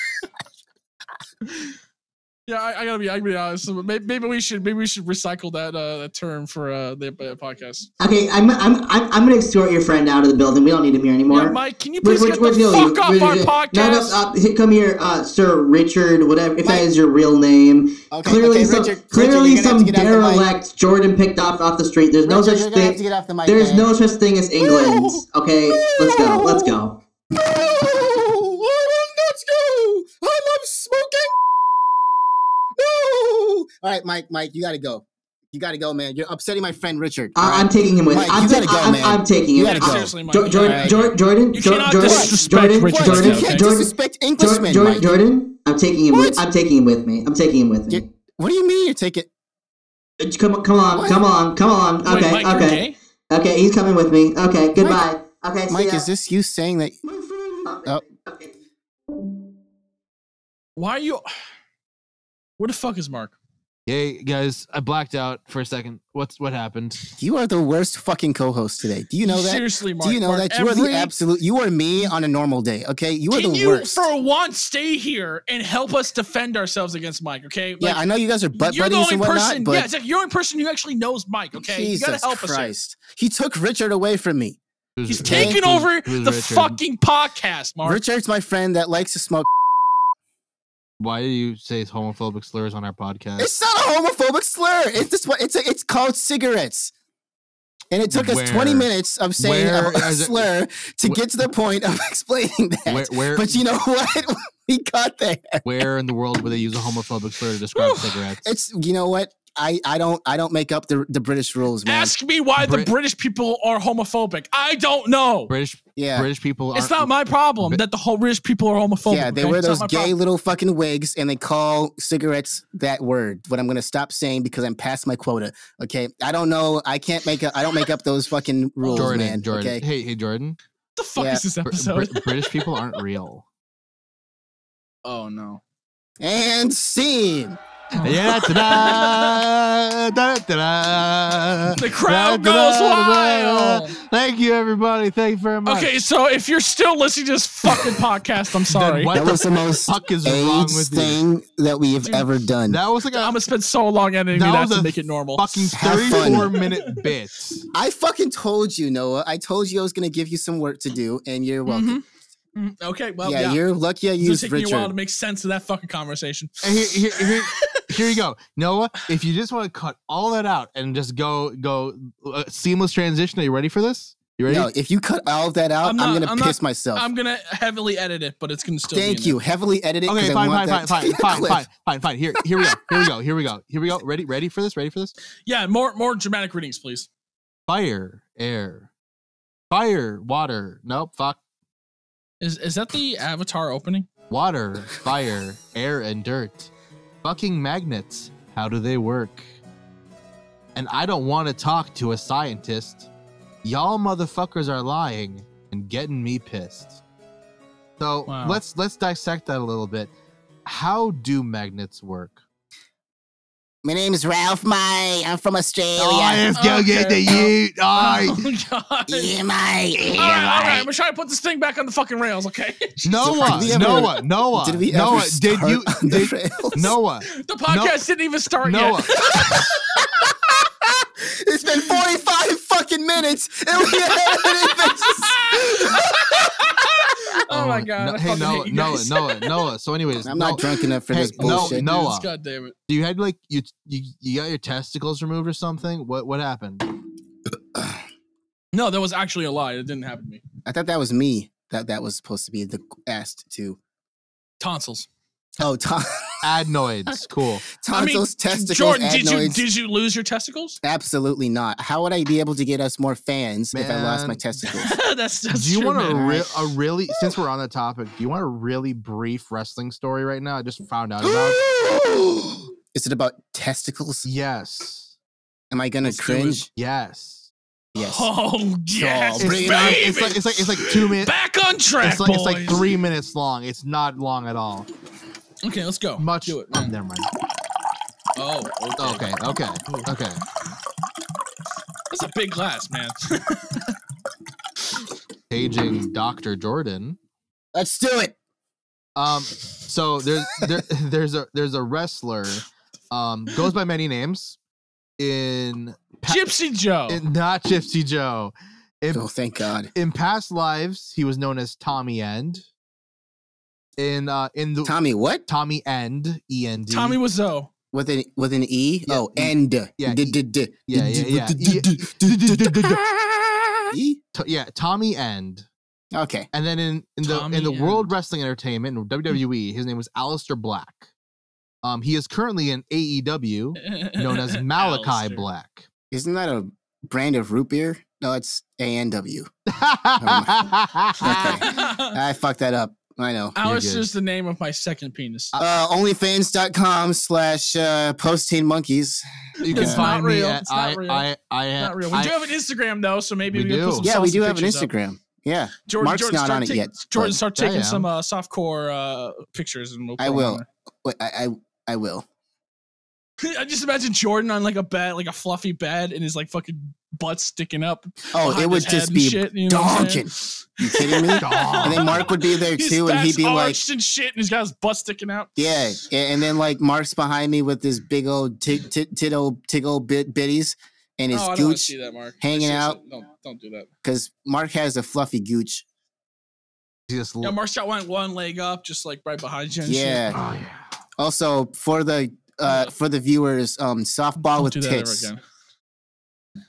yeah, I, I gotta be. I gotta be honest. So may- Maybe we should. Maybe we should recycle that uh, that term for uh, the uh, podcast.
Okay, I'm, I'm, I'm, I'm gonna extort your friend out of the building. We don't need him here anymore.
Yeah, Mike, can you
We're-
please
we're-
get
we're
the
dealing-
fuck off
we're-
our
we're-
podcast?
No, no, uh, here- come here, uh, Sir Richard, whatever, if that
Mike.
is your real name.
Okay,
clearly,
okay,
some,
Richard, Richard,
clearly
you're gonna have
some
to get off the mic.
derelict Jordan picked off off the street. There's no such thing.
off the mic.
There's no such thing as England. Okay, let's go. Let's go.
No, I will not go. I love smoking. No. All right, Mike. Mike, you gotta go. You gotta go, man. You're upsetting my friend Richard.
I- I'm taking him with.
Mike,
I'm,
you
ta-
gotta go,
I'm,
man.
I'm taking him.
You gotta
Yeah,
go.
I'm-
Seriously, Mike.
Jo- Jordan,
Alright.
Jordan, Jordan,
You
Jordan,
cannot
Jordan,
disrespect
Jordan,
Richard,
What? You
okay?
can't
Jordan, Jordan,
disrespect Englishmen,
Jordan, Jordan,
Mike.
Jordan. I'm taking him with.
What?
I'm taking him with me. I'm taking him with
You-
me.
What do you mean you're taking?
Come on, come on,
What?
come on, come on.
Wait,
Okay,
Mike, you're
okay.
gay?
Okay, he's coming with me. Okay, goodbye. okay, see
Mike,
ya.
is this you saying that? Oh.
Okay.
Why are you? Where the fuck is Mark?
Hey guys, I blacked out for a second. What's what happened?
You are the worst fucking co-host today. Do you know that?
Seriously, Mark.
Do you know
Mark,
that you are
every-
the absolute? You are me on a normal day. Okay, you are
Can
the
you,
worst.
for once, stay here and help us defend ourselves against Mike? Okay.
yeah,
Like,
I know you guys are butt
you're the
buddies
only
and whatnot,
person.
but
yeah, it's like you're the only person who actually knows Mike. Okay,
Jesus
you gotta help us. here.
Christ, he took Richard away from me.
Who's
He's
Richard?
taking
Who's-
over
who's
the
Richard?
fucking podcast, Mark.
Richard's my friend that likes to smoke.
Why do you say homophobic slurs on our podcast?
It's not a homophobic slur. It's just what it's a, it's called cigarettes. And it took us 20
Where-
minutes of saying a
where is it-
slur to
wh-
get to the point of explaining that.
where, where,
but you know what? we got there.
where in the world would they use a homophobic slur to describe cigarettes?
It's you know what? I, I don't I don't make up the, the British rules, man.
Ask me why
Brit-
the British people are homophobic. I don't know.
British
yeah.
British people.
It's
aren't-
not my problem
Brit-
that the whole British people are homophobic.
yeah, they
okay?
wear
It's not
those
my
gay
problem.
little fucking wigs and they call cigarettes that word. What I'm gonna stop saying because I'm past my quota. Okay. I don't know. I can't make up I don't make up those fucking rules,
Jordan.
man.
Jordan.
Okay.
Hey, hey, Jordan.
What the fuck
Yeah.
is this
Br-
episode?
Br- British people aren't real.
oh no.
And scene.
yeah, da-da, da-da.
The crowd
Da-da,
goes
da-da.
wild.
Thank you, everybody. Thank you very much.
Okay, so if you're still listening to this fucking podcast, I'm sorry.
Then what
That
the
was the most
fuck is wrong
AIDS
with you?
thing that we have
Dude,
ever done.
That was like
I'm
a
gonna spend so long editing
That
that,
was
to
a
make it normal.
fucking
Have fun.
34 minute bit.
I fucking told you, Noah. I told you I was gonna give you some work to do, and you're
Mm-hmm.
welcome.
Mhm. Mm, Mm-hmm. Okay, well,
yeah,
yeah.
you're lucky I
It's gonna
used
take me a while to
Richard.
make sense of that fucking conversation.
And Here, here, here, here you go, Noah. If you just want to cut all that out and just go go uh, seamless transition, are you ready for this? You ready?
No, if you cut all of that
I'm
out, I'm,
not-
gonna
I'm not-
piss myself.
I'm gonna heavily edit it, but it's gonna still. be in
Thank
there.
you. Heavily edited.
Okay,
'cause I
fine, fine,
want
fine,
that to
fine,
be a
fine,
clip.
fine, fine, fine. Here, here we go. Here we go. Here we go. Here we go. Ready, ready for this? Ready for this?
Yeah, more more dramatic readings, please.
Fire, air, fire, water. Nope, fuck.
Is is that the Avatar opening?
Water, fire, air, and dirt. Fucking magnets. How do they work? And I don't want to talk to a scientist. Y'all motherfuckers are lying and getting me pissed. So
Wow.
let's let's dissect that a little bit. How do magnets work?
My name is Ralph May. I'm from Australia.
go get the
ute.
Oh god.
yeah,
All right, all
mate.
right. I'm gonna try to put this thing back on the fucking rails, okay?
Noah,
Did we ever-
Noah, Noah,
Did we ever
Noah, did
start
you,
on the
did,
rails?
Noah,
The podcast didn't even start
Noah,
yet.
It's been 45 fucking minutes, and we haven't even.
oh my god.
No-
I fucking
hey,
hate
Noah,
you
Noah,
guys.
Noah, Noah. So, anyways,
I'm not
Noah-
drunk enough for
Hey,
this
no,
bullshit.
no. Noah.
Jesus, God damn it.
you had like you you you got your testicles removed or something? What what happened?
No, that was actually a lie. It didn't happen to me.
I thought that was me. That that was supposed to be the asked to.
Tonsils.
Oh, ton-
Adenoids. Cool.
I mean,
tonsils, testicles,
Jordan, did you
adenoids.
did you lose your testicles?
Absolutely not. How would I be able to get us more fans if I lost my
Man.
testicles?
that's that's
do you
true,
want a,
man.
re- a really since we're on that topic? Do you want a really brief wrestling story right now? I just found out about.
Is it about testicles?
yes,
Am I gonna
Let's do it.
cringe?
yes.
Yes.
Oh yes,
I'll
baby.
bring it up.
It's like it's like it's like two minutes.
Back on track,
It's like it's
boys.
like three minutes long. It's not long at all.
Okay, let's go.
Much.
Do it.
oh,
Man.
never mind.
Oh, okay.
Okay. Okay. Okay.
That's a big glass, man.
Paging Doctor Jordan.
Let's do it.
Um, so there's there, there's a there's a wrestler, um, goes by many names, in, pa-
Gypsy Joe.
in not Gypsy Joe. In,
Oh, thank God.
in past lives, he was known as Tommy End. In uh in the
Tommy, what?
Tommy End E N D
Tommy Wiseau.
With an with an e?
Yeah,
Oh,
e-
and.
yeah,
D- d- d-
yeah,
d-
yeah,
d-
yeah.
d- d- d- d- d- d- e?
To- yeah Tommy End.
Okay.
And then in, in the
Tommy
in the
End.
World Wrestling Entertainment in WWE, his name was Alistair Black. Um, he is currently in AEW, E, known as Malachi
Alistair.
Black.
Isn't that a brand of root beer? No, it's A and W.
okay.
I fucked that up. I know.
Alistair's the name of my second penis.
Uh, OnlyFans.com slash uh, post teen monkeys.
You
It's
can
not
find me
real.
at
It's not
I
real.
I I
Not real. We
I-
do have an Instagram though, so maybe
We
we, can
do.
put some
Yeah, we
saucy
do have an
pictures up.
Instagram. Yeah.
Jordan,
Mark's
Jordan,
not
start
on it
taking-
yet,
Jordan,
but-
start
I
taking
am.
some uh, softcore uh, pictures, and we'll
I
put 'em
will.
on there.
Wait, I, I I will.
I just imagine Jordan on like a bed, like a fluffy bed, and his like fucking butt sticking up.
Oh,
behind
it would
his head
just
and
be
shit, you know what I'm saying?
You kidding me? and then Mark would be there
His
too, and he'd
back's
be like,
arched and shit, and he's got his butt sticking out.
"Yeah." a- And then like Mark's behind me with his big old tit tit tittle tickle bit bitties and his
oh, I don't want to
gooch
see that, Mark.
hanging
Seriously,
out.
Don't don't do that.
because Mark has a fluffy gooch.
Just
Yeah,
l-
Mark's got one one leg up, just like right behind you. And
Yeah.
shit.
oh, yeah.
Also for the uh, for the viewers, um, softball
Don't
with
do that ever
tits.
again.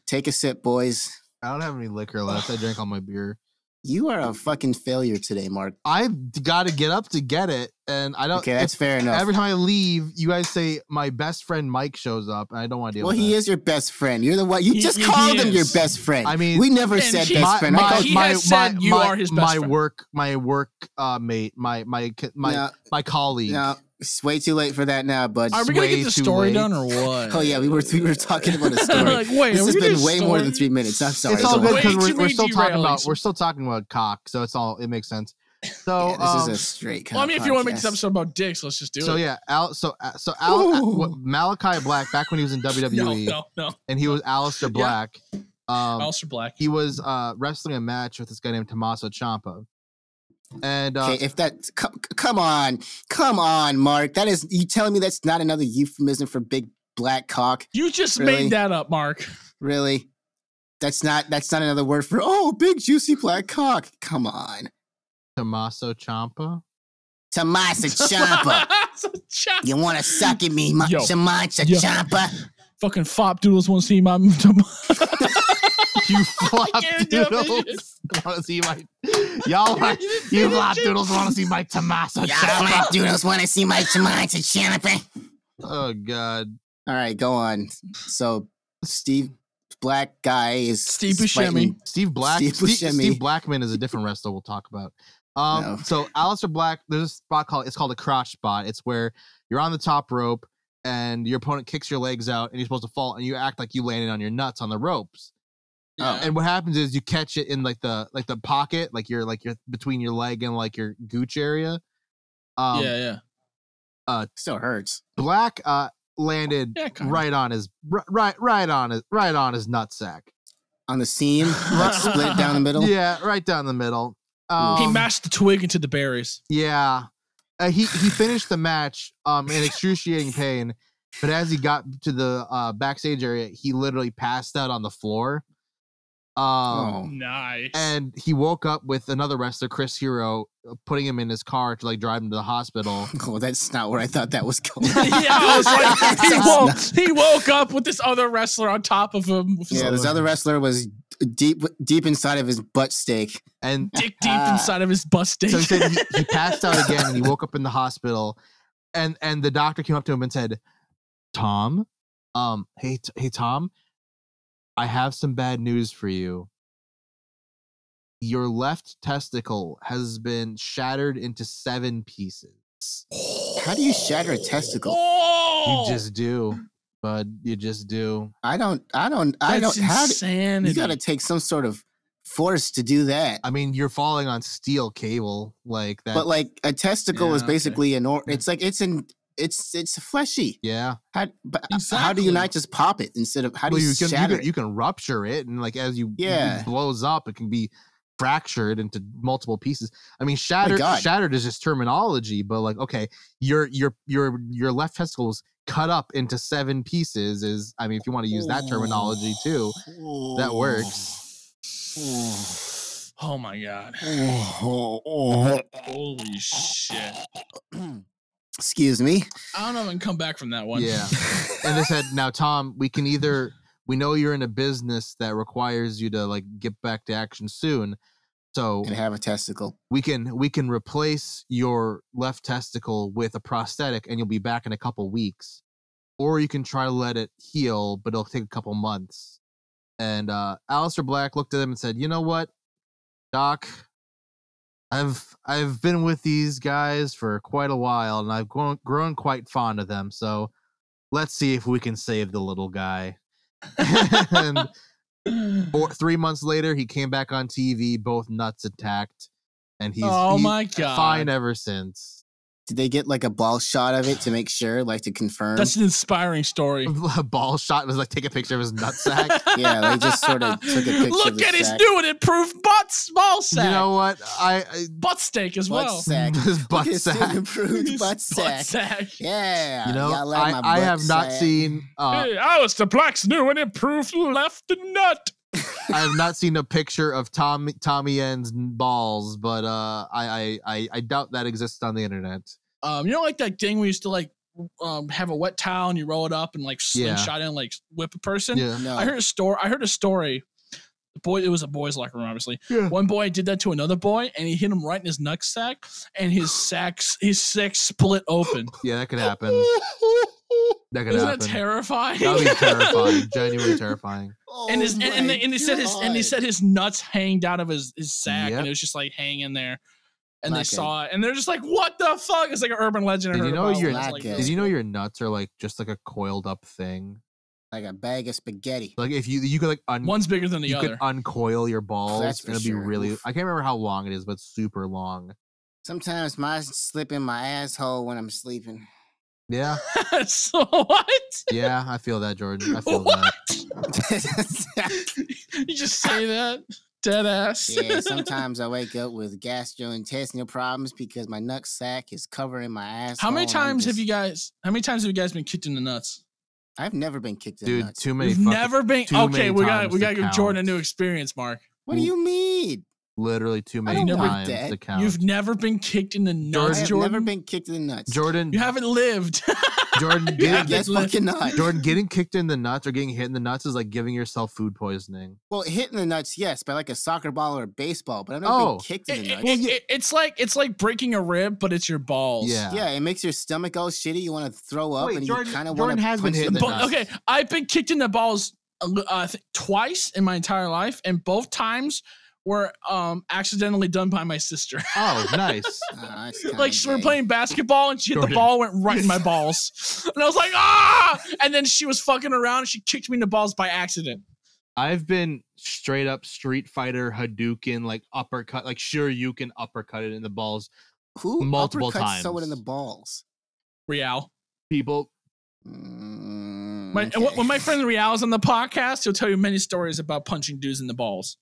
Take a sip, boys.
I don't have any liquor left. I drank all my beer.
You are a fucking failure today, Mark.
I've got to get up to get it, and I don't.
Okay, that's fair enough.
Every time I leave, you guys say my best friend Mike shows up, and I don't want to deal
well,
with
he
that.
is your best friend. You're the one. You
He-
just
he
called him your
is.
best friend.
I mean,
we never
And
said
he-
best
My-
friend. I
my-
called
he has said you
my,
are his
my
best friend.
work my work uh, mate my my co- my
no,
my colleague.
no, it's way too late for that now, bud.
Are we
way
gonna get the
too
story
late.
done or what?
Oh yeah, we were we were talking about a story.
like, wait,
this
are we
has
gonna
been
do
way more than
story?
three minutes. I'm sorry.
it's all
don't
good
worry.
because
Way
we're,
too
we're
many
still talking about
derailings.
we're still talking about cock, so it's all it makes sense. So
Yeah, this is
um,
a straight.
Well, I mean, if you want to make this
some.
episode about dicks, let's just do
so
it.
yeah, Al, so uh, so Al, uh,
Ooh.
what- Malachi Black back when he was in WWE
No, no, no.
um,
and he was Alistair
Yeah.
Black. Um,
Alistair Black.
he was uh, wrestling a match with this guy named Tommaso Ciampa. And uh,
Okay, if that come, come on, come on, Mark. That is you telling me that's not another euphemism for big black cock?
You just
Really?
made that up, Mark.
Really? That's not that's not another word for oh big juicy black cock. Come on,
Tommaso Ciampa?
Tomasa Champa.
Ciampa.
you want to suck at me, Ma-
Yo.
Tomasa
Yo.
Champa?
Fucking fop doodles want to see my. I
You flop
can't do it.
doodles. want to see my. Y'all, want-
didn't
you
finish
flop
it.
doodles want to see my Tommaso
Yeah,
Ciampa.
flat doodles want to see my Tomasa Champa.
Oh, God.
All right, go on. So Steve Black guy is oh,
Steve
is fighting-
Steve Black.
Steve
Steve, Steve
Buscemi.
Blackman is a different wrestler we'll talk about. Um,
No.
So, Alistair Black, there's a spot called, it's called a crotch spot. It's where you're on the top rope and your opponent kicks your legs out and you're supposed to fall and you act like you landed on your nuts on the ropes.
Yeah.
and what happens is you catch it in like the like the pocket, like your like your between your leg and like your gooch area. Um,
yeah, yeah,
Still hurts.
Black uh landed
yeah. kinda.
right on his ri- right right on his right on his nutsack.
On the seam, like split down the middle.
Yeah, right down the middle.
He
Um,
mashed the twig into the berries.
yeah, uh, he he finished the match um in excruciating pain, but as he got to the uh, backstage area, he literally passed out on the floor. Um,
Oh.
Nice.
and he woke up with another wrestler, Chris Hero, uh, putting him in his car to like drive him to the hospital.
Well, that's not where I thought that was going.
yeah, I was like, he
That's
woke,
not-
he woke up with this other wrestler on top of him with his
Yeah, this other wrestler was deep deep inside of his butt steak.
And
dick deep inside of his bust dick.
so he said he, he passed out again, and he woke up in the hospital, and and the doctor came up to him and said, "Tom, um, hey, t- hey, Tom, I have some bad news for you." Your left testicle has been shattered into seven pieces.
How do you shatter a testicle?
oh,
You just do, bud. You just do.
I don't. I don't. I
that's
don't. How do,
insanity.
you got to take some sort of force to do that.
I mean, you're falling on steel cable like that.
But like a testicle is
Yeah, okay.
basically an or. It's like it's an. It's it's fleshy.
yeah.
How, but how do you
Exactly.
not just pop it instead of how do
Well,
you,
can, you
shatter
can you can rupture it, and like as you
Yeah.
it blows up, it can be fractured into multiple pieces. I mean, shattered
God.
shattered is just terminology, but like okay, your your your your left testicle was cut up into seven pieces. Is I mean, if you want to use that terminology too,
it?
that works.
Oh my god!
Oh.
Holy shit!
Excuse me.
I don't know if I can come back from that one.
Yeah, and they said now, Tom, we can either we know you're in a business that requires you to like get back to action soon, so
And have a testicle.
we can we can replace your left testicle with a prosthetic and you'll be back in a couple weeks or you can try to let it heal but it'll take a couple months and uh Alistair Black looked at him and said you know what doc I've I've been with these guys for quite a while and I've grown, grown quite fond of them so let's see if we can save the little guy and four, three months later he came back on TV both nuts intact and he's
oh
he's-
my god!
fine ever since.
Did they get like a ball shot of it to make sure, like to confirm?
That's an inspiring story.
A ball shot was like take a picture of his nutsack.
Yeah, they just sorta took a picture of
Look
the
at his
sack.
new and improved butt small
you
sack,
know what? I,
butt steak as
Butt
well.
I
sack.
his butt
Look at Sid
sack.
Improved butt sack.
sack.
Yeah.
You know,
y'all like
I,
my
I
butt
have not
sack.
seen uh,
hey, Alistair Black's new and improved left nut.
I have not seen a picture of Tom Tommy Yen's balls, but uh, I, I I I doubt that exists on the internet.
Um, you know, like that thing where you used to like um, have a wet towel and you roll it up and like
Yeah.
slingshot it and like whip a person.
Yeah,
No.
I heard a story. I heard a story The boy, it was a boys' locker room, obviously.
Yeah.
One boy did that to another boy, and he hit him right in his nutsack, and his sack, his sack split open.
Yeah, that could happen. That could
Isn't
happen.
that terrifying?
that would be terrifying. Genuinely terrifying.
and his and, and they, and they said his and they
Oh God.
said his nuts hanged out of his his sack,
Yep.
and it was just like hanging there. And they
Lacking.
saw it, and they're just like, "What the fuck?" It's like an urban legend. I
Did you
heard
know
about
your-
when I was like
Lacking.
this.
Did you know your nuts are like just like a coiled up thing?
like a bag of spaghetti.
Like if you you could like un-
one's bigger than the
you
other?
could uncoil your balls
That's for
and it'd be
sure.
really
Oof.
I can't remember how long it is, but it's super long.
Sometimes mine slip in my asshole when I'm sleeping.
Yeah,
so what?
yeah, I feel that, Jordan. I feel that.
What? you just say that dead ass.
yeah, sometimes I wake up with gastrointestinal problems because my nut sack is covering my ass.
how many times have you guys? How many times have you guys been kicked in the nuts?
I've never been kicked in the
Dude,
nuts.
too many
We've
fucking,
never been.
too
Okay,
many
we got
times
we
to
got to give Jordan a
count.
new experience, Mark.
what do you mean?
literally too
I
many
don't want
times
that.
to count.
You've never been kicked in the
I
nuts,
have
Jordan.
never been kicked in the nuts.
Jordan
you haven't lived.
Jordan
you
getting
haven't
That's
lived.
fucking not.
Jordan getting kicked in the nuts or getting hit in the nuts is like giving yourself food poisoning.
Well, hitting the nuts, yes, by like a soccer ball or a baseball, but I've never
Oh.
been kicked in
It-
the
it-
nuts.
it- it- it's like it's like breaking a rib, but it's your balls.
Yeah.
yeah, it makes your stomach all shitty. You want to throw up,
Wait,
and
Jordan-
you kind of
Jordan
want to
has been
punch
hitting
the
the
But-
nuts.
okay, I've been kicked in the balls a li- uh, I think twice in my entire life, and both times were um accidentally done by my sister.
Oh, nice.
Ah, that's
like
kinda
she- we we're
gay.
playing basketball and she hit
Jordan.
the ball went right in my balls and i was like ah and then she was fucking around and she kicked me in the balls by accident
I've been straight up Street Fighter Hadouken, like uppercut, like sure you can uppercut it in the balls.
Who
multiple
uppercuts someone in the
times.
balls?
real
People,
Mm,
my,
okay.
when my friend real is on the podcast he'll tell you many stories about punching dudes in the balls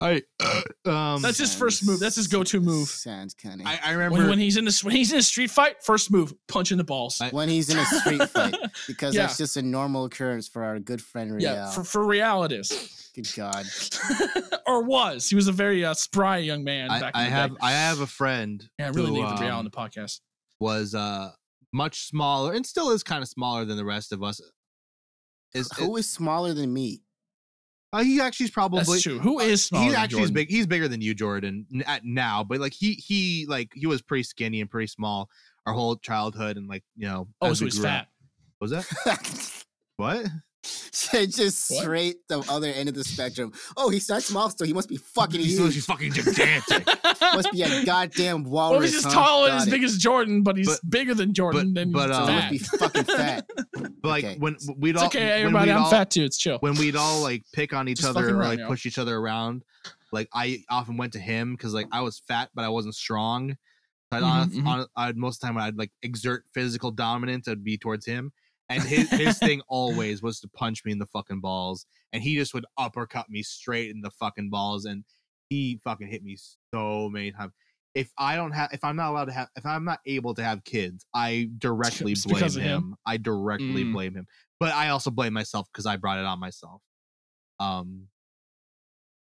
I, um,
That's his first
Sounds-
move. That's his go-to move.
Sounds kind
I,
of.
I remember.
when, when he's in the when he's in a street fight first move punch in the balls
I-
When he's in a street fight, because
Yeah.
that's just a normal occurrence for our good friend Riel.
yeah for, for real it is
Good God.
or was he was a very uh, spry young man
I,
back
I
in the
have
day.
I have a friend
yeah, I really
who,
need the real on
um,
the podcast
was uh much smaller and still is kind of smaller than the rest of us. Is
Who is smaller than me?
uh, he actually is probably
that's true who is smaller
he
than
actually is
Jordan?
big. He's bigger than you, Jordan, n- at now. But like he he like he was pretty skinny and pretty small our whole childhood and like you know.
oh
as
so
we
he's
grew
fat
up. Was that what?
just
What?
straight the other end of the spectrum. Oh, he's not small, so he must be fucking
He's,
huge.
he's fucking gigantic.
must be a goddamn walrus.
Well, he's just
huh?
tall and
Got
as
it.
big as Jordan, but he's
But-
bigger than Jordan. then
but,
he's
uh,
So he
fat.
must be fucking fat.
But like
Okay.
when w- we'd
It's
all
okay,
when
everybody.
we'd
I'm
all-
fat too. It's chill.
When we'd all like pick on each
Just
other
fucking
or
around,
like
yo.
push each other around, like I often went to him because like I was fat but I wasn't strong. So I'd,
Mhm,
honest-
mhm.
hon- I'd most of the time I'd like exert physical dominance. I'd be towards him, and his his thing always was to punch me in the fucking balls, and he just would uppercut me straight in the fucking balls, and he fucking hit me so many times. If I don't have, if I'm not allowed to have, if I'm not able to have kids, I directly
It's
blame
because
him.
of him.
I directly
Mm.
blame him, but I also blame myself because I brought it on myself. Um,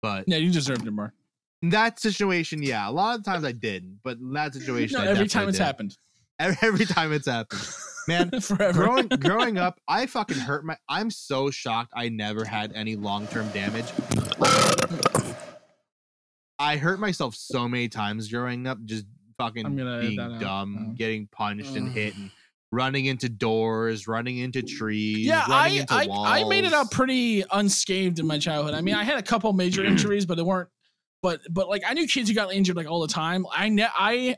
but
Yeah, you deserved it more.
in that situation, yeah, a lot of times I didn't, but in that situation,
No,
I
every time
definitely
it's
did.
happened.
Every, every time it's happened, man.
Forever.
growing growing up, I fucking hurt my. I'm so shocked. I never had any long term damage. I hurt myself so many times growing up, just fucking
I'm gonna edit
being
that out.
dumb,
Oh.
getting punched and
Ugh.
hit, and running into doors, running into trees.
yeah,
running
I
into
I, I made it out
walls.
pretty unscathed in my childhood. I mean, I had a couple major injuries, but they weren't. But but like I knew kids who got injured like all the time. I ne- I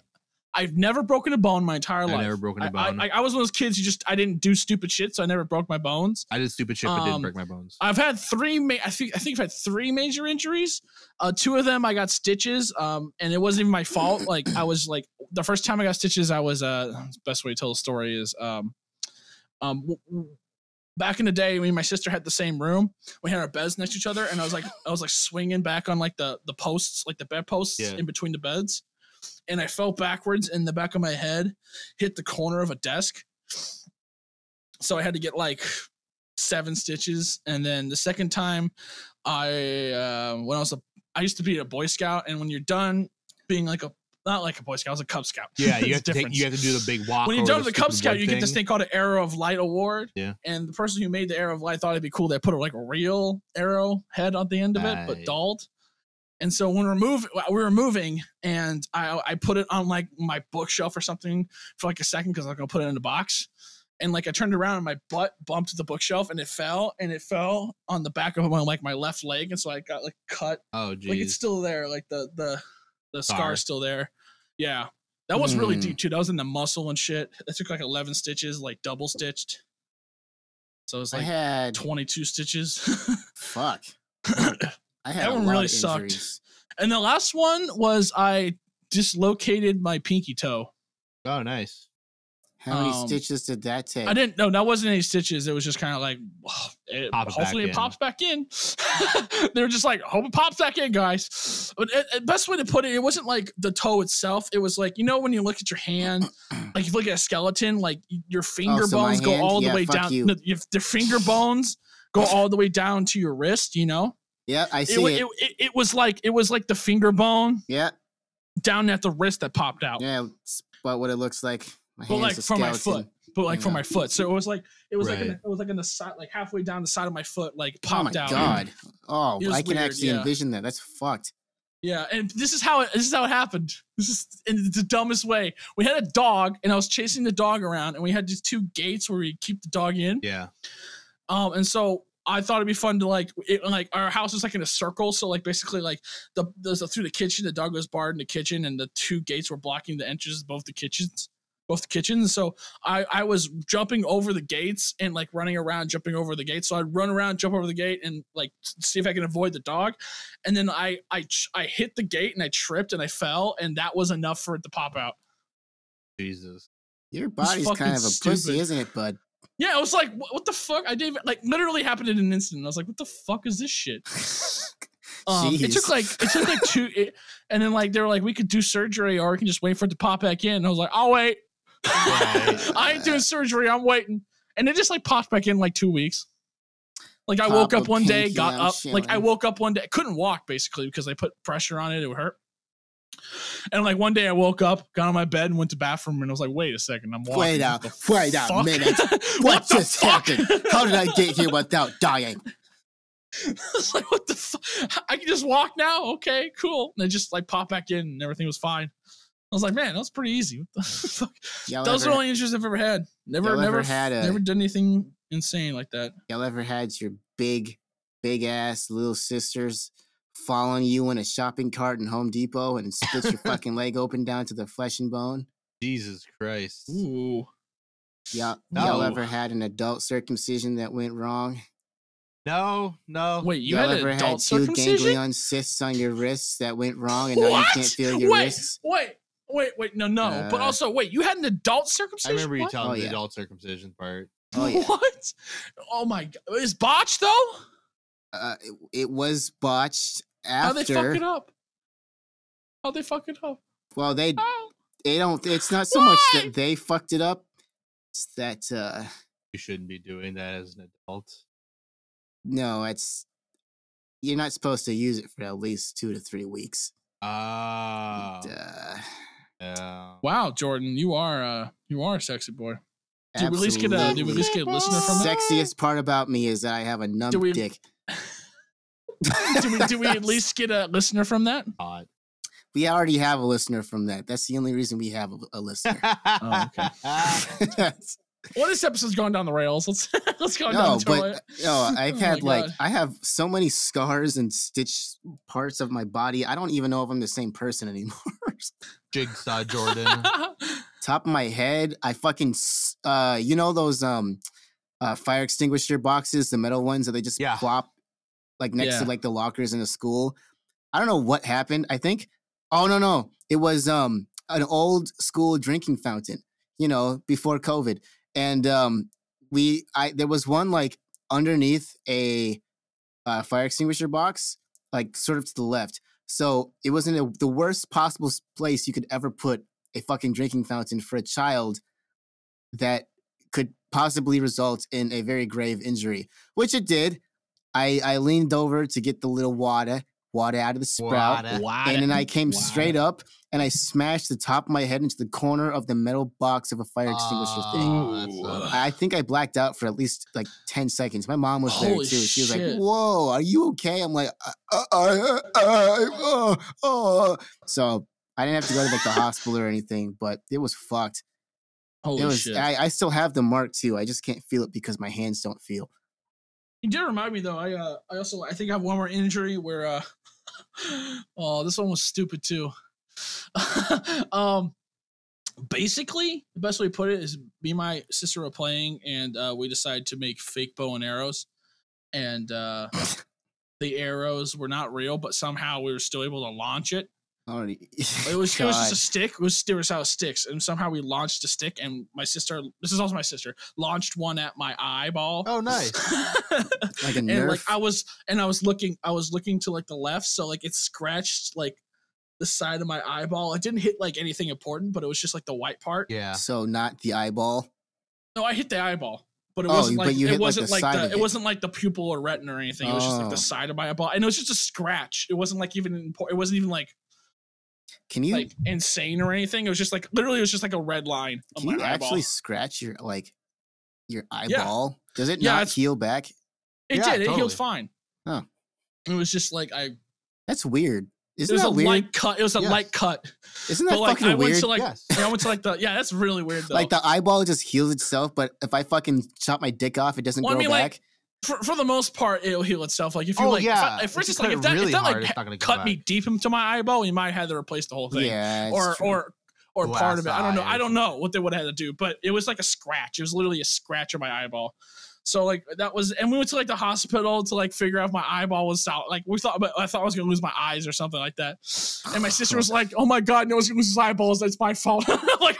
I've never broken a bone in my entire
I've
life.
never broken a
I- I-
bone.
I, I was one of those kids who just I didn't do stupid shit, so I never broke my bones.
I did stupid shit, but didn't
Um,
break my bones.
I've had three. Ma- I think I think I've had three major injuries. Uh, two of them I got stitches, um, and it wasn't even my fault. Like I was like the first time I got stitches, I was uh, best way to tell the story is um, um, w- w- back in the day, me and my sister had the same room. We had our beds next to each other, and I was like I was like swinging back on like the the posts, like the bed posts
Yeah.
in between the beds, and I fell backwards, and the back of my head hit the corner of a desk. So I had to get like seven stitches and then the second time i uh, when i was a i used to be a boy scout and when you're done being like a not like a Boy Scout. I was a Cub Scout.
Yeah, you
It's
have to take,
different.
you have to do the big walk.
when you
over
done the Cub
stupid
Scout,
wood
you get this thing called an Arrow of Light award.
Yeah.
And the person who made the Arrow of Light thought it'd be cool. They put like a real arrow head on the end of it, but
Nice.
dulled. And so when we're moving, we were moving, and I I put it on like my bookshelf or something for like a second because I was gonna put it in the box. And like I turned around and my butt bumped the bookshelf and it fell and it fell on the back of my like my left leg and so I got like cut
Oh
like it's
geez.
still there like the the the scar
Scar.
is still there yeah that was really
Hmm.
deep too that was in the muscle and shit that took like 11 stitches like double stitched so it's
I
like
had
22 stitches
fuck. I had
That
a
one
lot
really
of
sucked.
injuries.
and the last one was i dislocated my pinky toe
Oh nice.
How many
Um,
stitches did that take?
i didn't no that wasn't any stitches it was just kind of like it,
Pop it back
hopefully it
in.
pops back in they were just like hope it pops back in guys but it, it- best way to put it it wasn't like the toe itself it was like you know when you look at your hand like if you look at a skeleton, like y- your finger
Oh, so my
bones go
hand?
all the
Yeah,
way
fuck
down.
you.
No, If the finger bones go all the way down to your wrist, you know,
Yeah, I
it,
see
wa-
it.
it, it, it was like it was like the finger bone
yeah,
down at the wrist that popped out,
yeah. It's about what it looks like. My
Well, Oh.
hand's
like,
a
for my
skeleton.
foot. but like for
Yeah.
my foot. So it was like it was like in the,
Right.
it was like in the side, like halfway down the side of my foot, like
Oh my
popped out.
god. Oh,
It was
I can
weird,
actually
yeah.
envision that. That's fucked.
Yeah, and this is how it, this is how it happened. This is in the dumbest way. We had a dog, and I was chasing the dog around, and we had these two gates where we keep the dog in.
Yeah.
Um, and so I thought it'd be fun to like, it, like our house is like in a circle, so like basically like the there's a, through the kitchen, the dog was barred in the kitchen, and the two gates were blocking the entrances of both the kitchens, both the kitchens. So I I was jumping over the gates and like running around, jumping over the gate. So I'd run around, jump over the gate, and like s- see if I can avoid the dog. And then I I ch- I hit the gate and I tripped and I fell, and that was enough for it to pop out.
Jesus.
Your body's
fucking
kind of a
stupid.
pussy, isn't it, bud?
Yeah, I was like, what, what the fuck? I didn't even- like literally happened in an instant. I was like, what the fuck is this shit? Um, it took
Jeez.
like it took like two, it, and then like they were like, we could do surgery or we can just wait for it to pop back in. And I was like, I'll wait.
Right.
I ain't doing surgery. I'm waiting, and it just like popped back in like two weeks. Like I woke
Pop
up
a
one day,
pinky,
got
I'm
up. Like I
chilling.
woke up one day, couldn't walk basically because they put pressure on it. It would hurt. And like one day, I woke up, got on my bed, and went to bathroom, and I was like, "Wait a second, I'm walking."
Wait a,
What the
wait a
fuck?
minute.
what,
What
the
just
fuck?
happened? How did I get here without dying?
It's like, what the fuck? I can just walk now. Okay, cool. And they just like pop back in and everything was fine. I was like, man, that was pretty easy. What the fuck?
Y'all
Those are
ever,
the only injuries I've ever had. Never,
y'all
never
ever had a-
never did anything insane like that.
y'all ever had your big, big ass little sisters following you in a shopping cart in Home Depot and split your fucking leg open down to the flesh and bone?
Jesus Christ.
Ooh.
Y'all, y'all
No.
ever had an adult circumcision that went wrong?
No, no.
Oh, Wait, you
y'all
had an
ever
adult
had two
circumcision?
ganglion cysts on your wrists that went wrong and now you can't
What?
feel your
Wait.
wrists?
Wait, wait, wait, no, no. but
Uh,
also, wait, you had an adult
I
circumcision?
remember you
What?
telling
Oh,
me the
yeah.
adult circumcision part.
Oh yeah.
What? Oh my god. Is botch though?
Uh, it, it was botched
How they fuck it
after.
up? How they fuck it up?
Well, they
Oh.
they don't it's not so much
Why?
that they fucked it up. It's that uh
You shouldn't be doing that as an adult.
no, it's you're not supposed to use it for at least two to three weeks.
Ah.
Oh.
And, uh,
yeah.
Wow, Jordan, you are uh you are a sexy boy. Did we at least get a uh, did we
absolutely.
at least get a listener from that?
Sexiest part about me is that I have a numb
we-
dick.
Did we, did we at least get a listener from that?
Hot.
We already have a listener from that. That's the only reason we have a, a listener. Oh,
Well, this episode's going down the rails. Let's let's go down
no,
the toilet.
but no, I've
Oh my
had like
God.
I have so many scars and stitch parts of my body. I don't even know if I'm the same person anymore.
Jigsaw Jordan.
Top of my head, I fucking s- uh, you know those um uh fire extinguisher boxes, the metal ones that they just
Yeah.
plop like next
Yeah.
to like the lockers in the school. I don't know what happened. I think oh no no, it was um an old school drinking fountain. You know, before COVID, and um we I there was one like underneath a uh, fire extinguisher box, like sort of to the left. So it was in a, the worst possible s- place you could ever put a fucking drinking fountain for a child that could possibly result in a very grave injury, which it did. I, I leaned over to get the little water, water out of the sprout.
Water.
Wow.
And then I came
Wow.
straight up and I smashed the top of my head into the corner of the metal box of a fire extinguisher thing.
Ah, that's
Ooh.
not-
I think I blacked out for at least like 10 seconds. My mom was there too.
Holy
She was like,
shit.
Whoa, are you okay? I'm like, uh, uh, uh, uh, uh, uh. So I didn't have to go to like the hospital or anything, but it was fucked.
Holy
it was,
shit.
I, I still have the mark too. I just can't feel it because my hands don't feel.
You did remind me though. I uh, I also I think I have one more injury where uh, oh this one was stupid too. um, basically the best way to put it is me and my sister were playing and uh, we decided to make fake bow and arrows, and uh, the arrows were not real, but somehow we were still able to launch it.
Already.
It was, it was just a
e, God.
stick. It was there was how it sticks, and somehow we launched a stick, and my sister this is also my sister launched one at my eyeball.
Oh, nice.
like a
and like
nerf.
I was and I was looking I was looking to like the left so like it scratched like the side of my eyeball. It didn't hit like anything important, but it was just like the white part.
Yeah.
so not the eyeball.
No, I hit the eyeball. But it
Oh,
wasn't
but
like
you hit,
it
like,
wasn't
the
like
side
the,
of
it.
it.
wasn't like the pupil or retina or anything. It was just like
Oh.
the side of my eyeball. And it was just a scratch. It wasn't like even important. It wasn't even like
Can you
like insane or anything. It was just like literally it was just like a red line on
can
my
you
eyeball.
actually scratch your like your eyeball? Does it
Yeah,
not
it's-
heal back?
it did.
Yeah,
It
totally.
healed fine.
Huh.
It was just like I
That's weird. Isn't
it was
that
a
weird?
light cut. It was a
Yes.
light cut.
Isn't that
but like
fucking
I
weird?
went to like
yes.
I went to like the yeah, that's really weird though.
like the eyeball just heals itself, but if I fucking chop my dick off, it doesn't
Well, I
grow
mean, like,
back.
for, for the most part, it'll heal itself. Like if you
Oh,
like, if I-
yeah.
if,
If
it's
you
just
cut
like
it
if that,
really
if that
hard,
like
it's not gonna go
cut
back.
me deep into my eyeball, you might have had to replace the whole thing,
yeah, it's
or
true.
or or part of it. I don't know.
Glass eye or
I don't know what they would have had to do, but it was like a scratch. It was literally a scratch on my eyeball. So like that was, and we went to like the hospital to like figure out if my eyeball was out. Like we thought, but I thought I was gonna lose my eyes or something like that. And my sister was like, "Oh my god, no one's gonna lose his eyeballs. That's my fault." I'm like,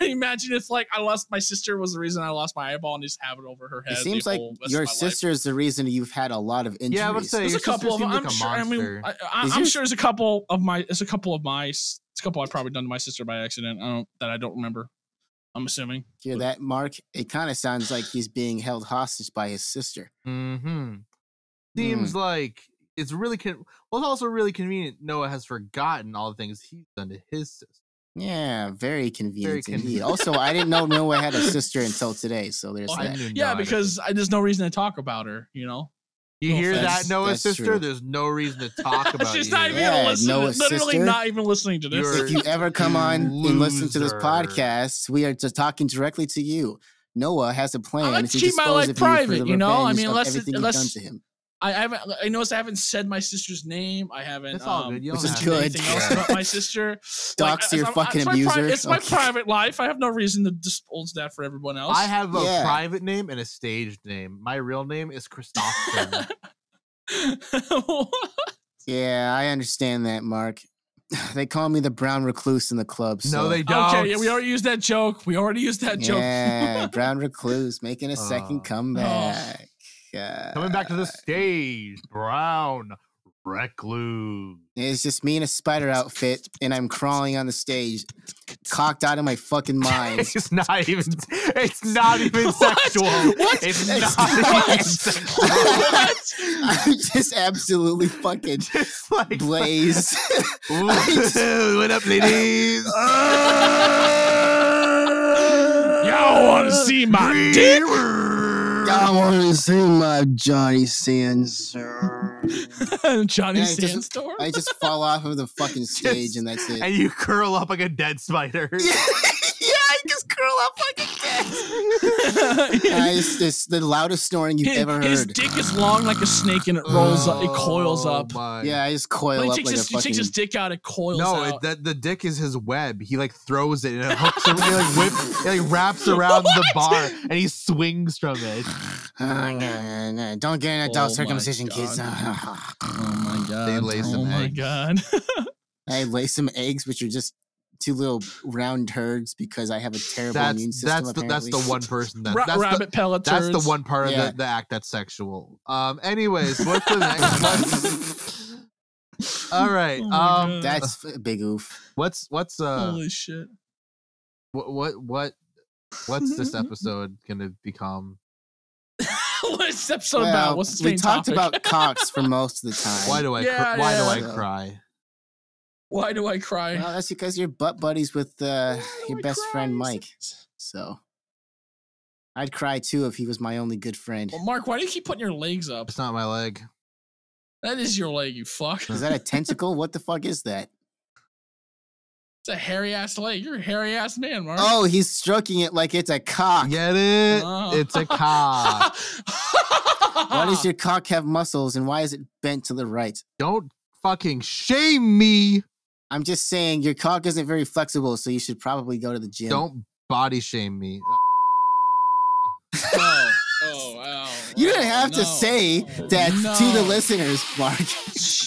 imagine if like I lost my sister was the reason I lost my eyeball and just have it over her
it
head. the
seems like
whole rest of my
your
life.
sister is the reason you've had a lot of injuries.
Yeah, I would say
There's
your
a couple of.
sister seemed
I'm
like a
sure. I mean,
monster.
I, I,
Is
I'm
yours-
sure there's a couple of my. There's a couple of my. It's a couple I've probably done to my sister by accident. I don't that I don't remember. I'm assuming.
Hear that, Mark? It kind of sounds like he's being held hostage by his sister.
hmm Seems like it's really con- well. It's also really convenient. Noah has forgotten all the things he's done to his sister.
Yeah, very convenient, indeed.
convenient.
Also, I didn't know Noah had a sister until today, so there's
Well,
I
that.
knew
yeah,
Noah had a
because
sister.
I, there's no reason to talk about her. You know,
you
no
hear
offense.
that Noah's
That's
sister.
true.
There's no reason to talk about.
she's
you.
not even
Yeah,
gonna listen. to-
Noah's
literally
sister.
not even listening to this.
You're-
If you ever come on and listen to this
Loser.
podcast, we are just talking directly to you. Noah has a plan.
gonna
to
keep my
dispose
life
of
private,
you, for the
you know? I
revenge
mean,
of
unless it-
everything
unless-
you've done to him.
I haven't. I noticed I haven't said my sister's name. I haven't.
That's all
um,
good. You
which is
don't have to.
good.
Anything else about my sister?
Dox
I-
your
I'm-
fucking
it's my pri-
abuser.
it's my
Okay.
private life. I have no reason to disclose that for everyone else.
I have a
Yeah.
private name and a staged name. My real name is Christopher.
Yeah, I understand that, Mark. They call me the brown recluse in the club.
no,
so-
they don't.
Okay, yeah, we already used that joke. We already used that joke.
Yeah, brown recluse making a second
Uh,
comeback. Uh,
Coming back to the stage, Brown Recluse.
It's just me in a spider outfit, and I'm crawling on the stage, cocked out of my fucking mind.
It's not even. It's not even sexual.
What?
It's
It's
not
not.
even sexual.
I'm just absolutely fucking
Just like
blazed.
Ooh,
just-
what up, ladies?
Y'all want to see my dick?
I want to see my Johnny Sins.
Johnny
Yeah, it doesn't-
Sandstorm.
I just fall off of the fucking stage, and that's it.
and you curl up like a dead spider.
I just curl up like a cat. it's, it's the loudest snoring you've
his,
ever
his
heard.
dick is long like a snake, and it rolls up. It coils
Oh
up.
my-
Yeah, I just
When
coil
he
up
takes,
like
his,
a
he
fucking.
takes his dick out, it coils
No,
out. Oh
it, that the dick is his web. He like throws it and it hooks around, like whip, it like wraps around the bar and he swings from it.
Ah, nah, nah, nah. Don't get an adult
Oh my
circumcision, kids.
oh my god!
They lay some
oh my
eggs.
god!
I lay some eggs, which are just two little round turds because I have a terrible immune
That's
system.
that's the, that's the
apparently.
one person that
Ra-
that's the,
rabbit pellet.
that's the
turds.
one part
Yeah.
of the, the act that's sexual. Um. Anyways, what's the next one? All right.
Oh my
um.
God.
That's a big oof.
What's what's uh
Holy shit!
what what what what's this episode gonna become?
what is this episode
Well,
about? What's the
we
main
talked
topic?
about cocks for most of the time.
Why do I?
Yeah,
cr- why
yeah.
do I cry?
Why do I cry?
Well, that's because you're butt buddies with uh,
Oh,
Why do
your
I
best friend
cry?
Mike. So I'd cry too if he was my only good friend.
Oh,
Well, Mark, why do you keep putting your legs up?
It's not my leg.
That is your leg, you fuck.
Is
It's
that a tentacle? what the fuck is that?
a hairy ass leg. You're a hairy ass man, Mark.
Oh, he's stroking it like it's a cock.
Get it?
Oh.
It's a cock.
Why does your cock have muscles and why is it bent to the right?
Don't fucking shame me.
I'm just saying your cock isn't very flexible, so you should probably go to the gym.
Don't body shame me.
Oh, oh, wow.
You didn't
wow,
have to
no.
say
Oh,
that to the
no.
listeners, Mark.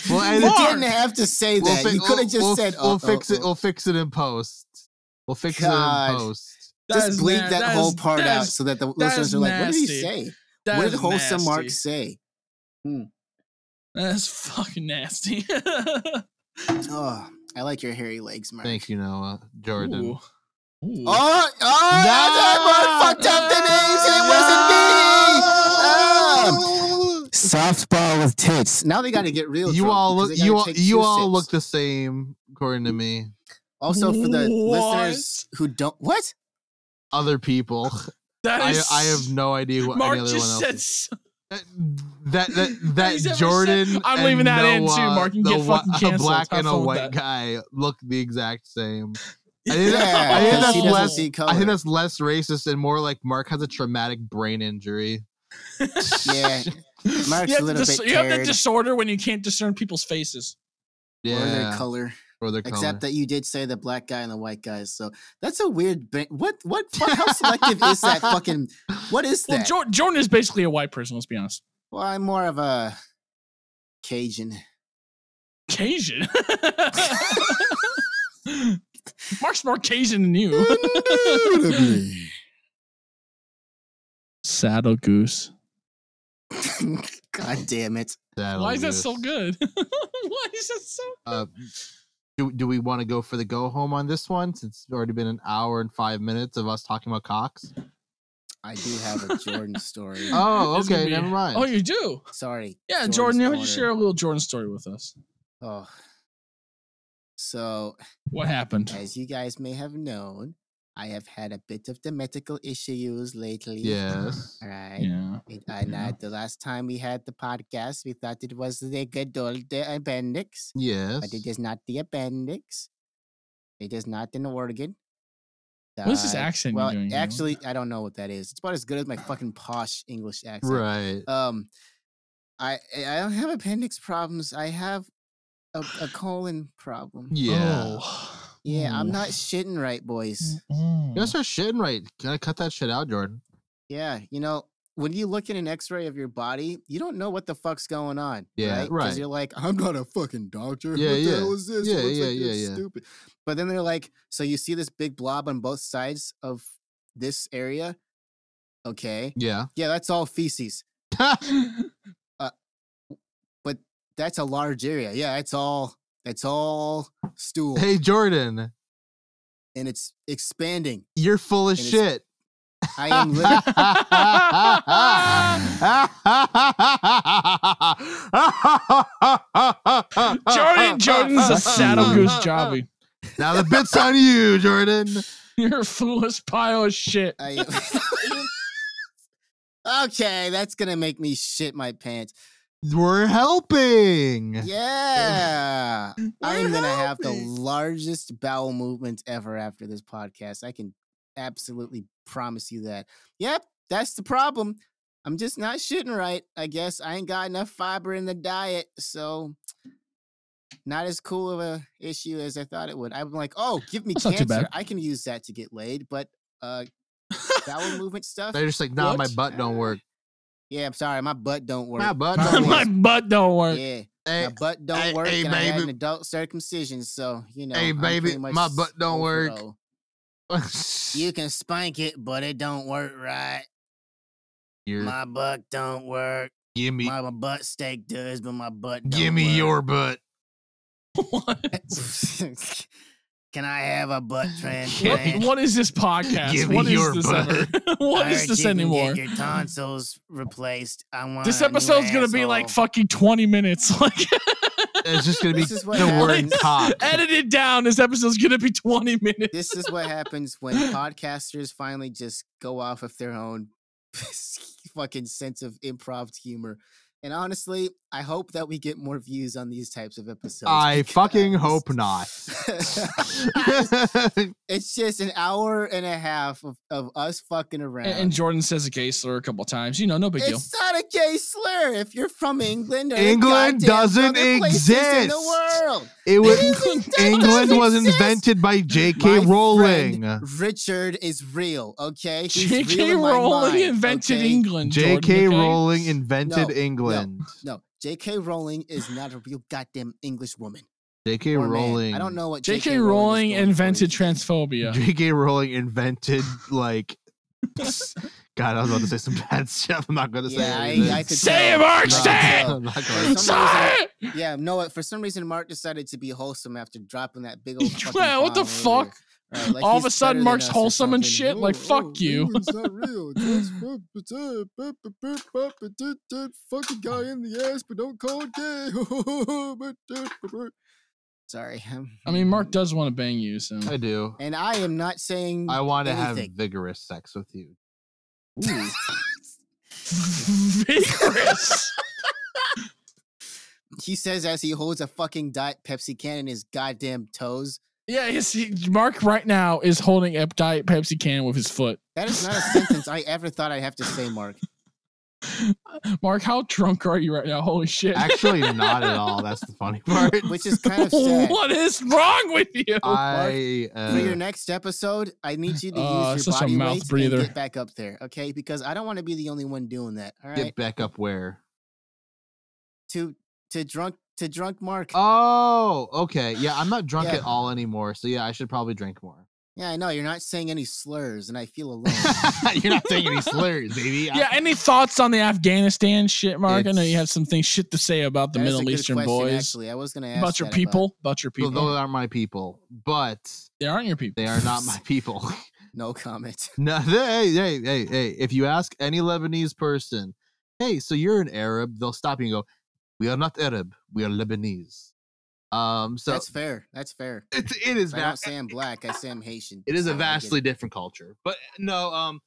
Well, and
You
Mark!
didn't have to say that.
fi-
you could have just
we'll-
said,
we'll
"Oh,
fix
oh,
it.
oh."
We'll fix it in post. We'll fix it
God.
in post.
That
Just
is
bleep
na-
that, whole
is-
part
that
out
is-
so that the
that
listeners
is
are like, what did he
nasty.
say?
that
What
is
did wholesome Mark
nasty.
say?
That's fucking nasty.
Oh, I like your hairy legs, Mark.
Thank you, Noah Jordan.
Ooh. Ooh.
Oh, oh, I fucked up the names and it wasn't me. Um, softball with tits. Now they got to get real.
You
drunk
all
because
look.
they
You all.
gotta take
You
two
all look
sips.
the same, according to me.
Also, for the
What?
listeners who don't, what?
Other people.
That
I,
is,
I have no idea what
Mark
any other
just
one
said
else.
s-
That that that,
He's
that
ever
Jordan.
said- I'm
and
leaving that in too,
Noah,
Mark. You can
the
get
whi-
fucking
a
canceled.
black
Have
and a
fun with
white
that.
guy look the exact same. I think,
Yeah,
that- I think
because he
that's
doesn't
less.
see
I
color.
think that's less racist and more like Mark has a traumatic brain injury.
yeah, Mark's
you have,
a
the
little
dis-
bit
you have that
cared.
disorder when you can't discern people's faces.
or their
Yeah,
color.
or their color.
Except that you did say the black guy and the white guy, so that's a weird. Ba- what? What? fu- How selective is that? Fucking. What is
Well,
that?
Jor- Jordan is basically a white person. Let's be honest.
Well, I'm more of a Cajun.
Cajun. Mark's more Cajun than you.
Indubitably.
Saddle goose.
God damn it.
That'll
Why is that
do
so
it.
good? Why is that so?
Uh, do, do we want to go for the go home on this one? Since it's already been an hour and five minutes of us talking about cocks.
I do have a Jordan story.
Oh,
It's gonna
okay,
be-
never mind.
Oh, you do.
Sorry.
Yeah,
Jordan's
Jordan. Why don't you
corner.
share a little Jordan story with us?
Oh. So,
What happened?
as you guys may have known, I have had a bit of domestical issues lately.
yes.
All right.
Yeah.
It- and
Yeah.
uh, the last time we had the podcast, we thought it was the good old uh, appendix,
Yes.
but it is not the appendix. It is not in Oregon.
What is this
Uh,
accent you're
Well,
doing? you know?
actually, I don't know what that is. It's about as good as my fucking posh English accent.
Right.
Um, I I I don't have appendix problems. I have a, a colon problem.
Yeah.
Oh.
Yeah, I'm
Oh.
not shitting right,
Mm.
boys.
Mm-mm.
You guys are shitting right. Can I cut that shit out, Jordan?
Yeah, you know, when you look at an X-ray of your body, you don't know what the fuck's going on.
Yeah,
right. 'Cause
right.
you're like, I'm not a fucking doctor.
Yeah,
what
yeah.
the hell is this? It
Yeah,
looks
yeah,
like you're
yeah, yeah.
Stupid. But then they're like, so you see this big blob on both sides of this area. Okay.
Yeah.
Yeah, that's all feces. That's a large area. Yeah, that's all. That's all stool.
hey, Jordan,
and it's expanding.
you're full
It
of
is-
shit.
I am living. uh,
Jordan Jordan's a saddle goose jobby.
Now the bit's on you, Jordan.
You're a foolish pile of shit.
I am- okay, that's gonna make me shit my pants.
We're helping.
Yeah, I'm gonna have the
helping.
largest bowel movement ever after this podcast. I can absolutely promise you that. Yep, that's the problem. I'm just not shitting right. I guess I ain't got enough fiber in the diet, so not as cool of a issue as I thought it would. I'm like, oh, give me
That's not too
cancer.
bad.
I can use that to get laid, but uh, bowel movement stuff.
They're just like, nah, my
What?
butt don't work.
Yeah, I'm sorry, my butt don't work.
My butt
My,
don't
my
work.
butt don't work.
Yeah,
Hey,
my butt don't
hey,
work,
hey,
and I had
baby.
an adult circumcision, so you know.
Hey,
I'm
baby,
pretty much
my butt don't
over
work.
O. You can spank it, but it don't work right.
Your-
My butt don't work.
gimme,
My, my butt steak does, but my butt. Don't
gimme
work.
your butt.
What?
Can I have a butt
What,
transplant?
what is this podcast?
Give me
What is
your
this
butt.
ever? what
I
is
heard
this
you can
anymore?
Get your tonsils replaced. I want
This
a new
episode's gonna be like
asshole.
fucking twenty minutes. Like
It's just gonna be
This is what
the word
happens.
cock.
edited down, this episode's gonna be twenty minutes.
This is what happens when podcasters finally just go off of their own fucking sense of improv humor. And honestly, I hope that we get more views on these types of episodes.
I fucking
because-
hope not.
it's just an hour and a half of, of us fucking around.
And, and Jordan says a gay slur a couple times. You know, no big deal.
it's not a gay slur if you're from England. Or any
England
goddamn
doesn't
other places In
exist.
the world.
it
It
was
isn't- that
England
doesn't
was
exist.
invented by
My
J.K.
friend
Rowling.
Richard is real, okay? He's real
J.K.
in my
Rowling
mind,
invented
okay?
England.
J.K.
Jordan, okay?
Rowling invented
No,
England.
No, J.K. Rowling is not a real goddamn English woman.
J.K.
or man.
Rowling.
I don't know what
J.K.
J.K. is
Rowling
going for.
invented transphobia.
J.K. Rowling invented like. God, I was about to say some bad stuff. I'm not gonna
Yeah,
say.
I, I
anything.
could
Say it,
tell.
Mark,
No, I
say
could
it!
tell.
I'm not
For some
gonna
Sorry!
Yeah, no. For some reason, Mark decided to be wholesome after dropping that big old. fucking
Yeah, what the
bomb earlier.
fuck?
Right, like
All
he's
of a sudden,
better than
Mark's
us or
wholesome and
something.
shit. Like,
Oh,
fuck
oh,
you.
England's not real. Just bu- bu-
uh,
da- bu- bu- bu- bu- bu- da- da- Fuck a guy in the ass, but don't call it gay.
uh,
Bu- da- bu- bu-
Sorry. um,
I mean, Mark does want to bang you, so.
I do.
And I am not saying.
I want to have
anything.
vigorous sex with you.
Vigorous.
He says as he holds a fucking diet Pepsi can in his goddamn toes.
yeah, his, he, Mark right now is holding a diet Pepsi can with his foot.
That is not a sentence I ever thought I'd have to say, Mark.
Mark, how drunk are you right now? Holy shit.
Actually, not at all. That's the funny part.
Which is kind of sad.
what is wrong with you?
I
For your
uh,
next episode, I need you to
Uh,
use your
such a
body
mouth
weight
breather.
and get back up there, okay? Because I don't want to be the only one doing that. All right.
get back up where?
To to drunk to drunk Mark.
Oh, okay. Yeah, I'm not drunk
Yeah.
at all anymore. So yeah, I should probably drink more.
Yeah, I know you're not saying any slurs, and I feel alone.
You're not saying any slurs, baby. I-
yeah, any thoughts on the Afghanistan shit, Mark? I know you
It's-
have some things shit to say about the
That is a
Middle
good
Eastern
question,
boys.
Actually, I was gonna ask
About your
that
people. About your
Well,
people.
those aren't my people, but
they aren't your people.
they are not my people.
no comment.
no, hey, hey, hey, hey. If you ask any Lebanese person, hey, so you're an Arab, they'll stop you and go, "We are not Arab. We are Lebanese." Um, so
That's fair. That's fair.
it's, it is
I
va-
don't say I'm black. I say I'm Haitian.
it is
so
a
I get
vastly different culture but no um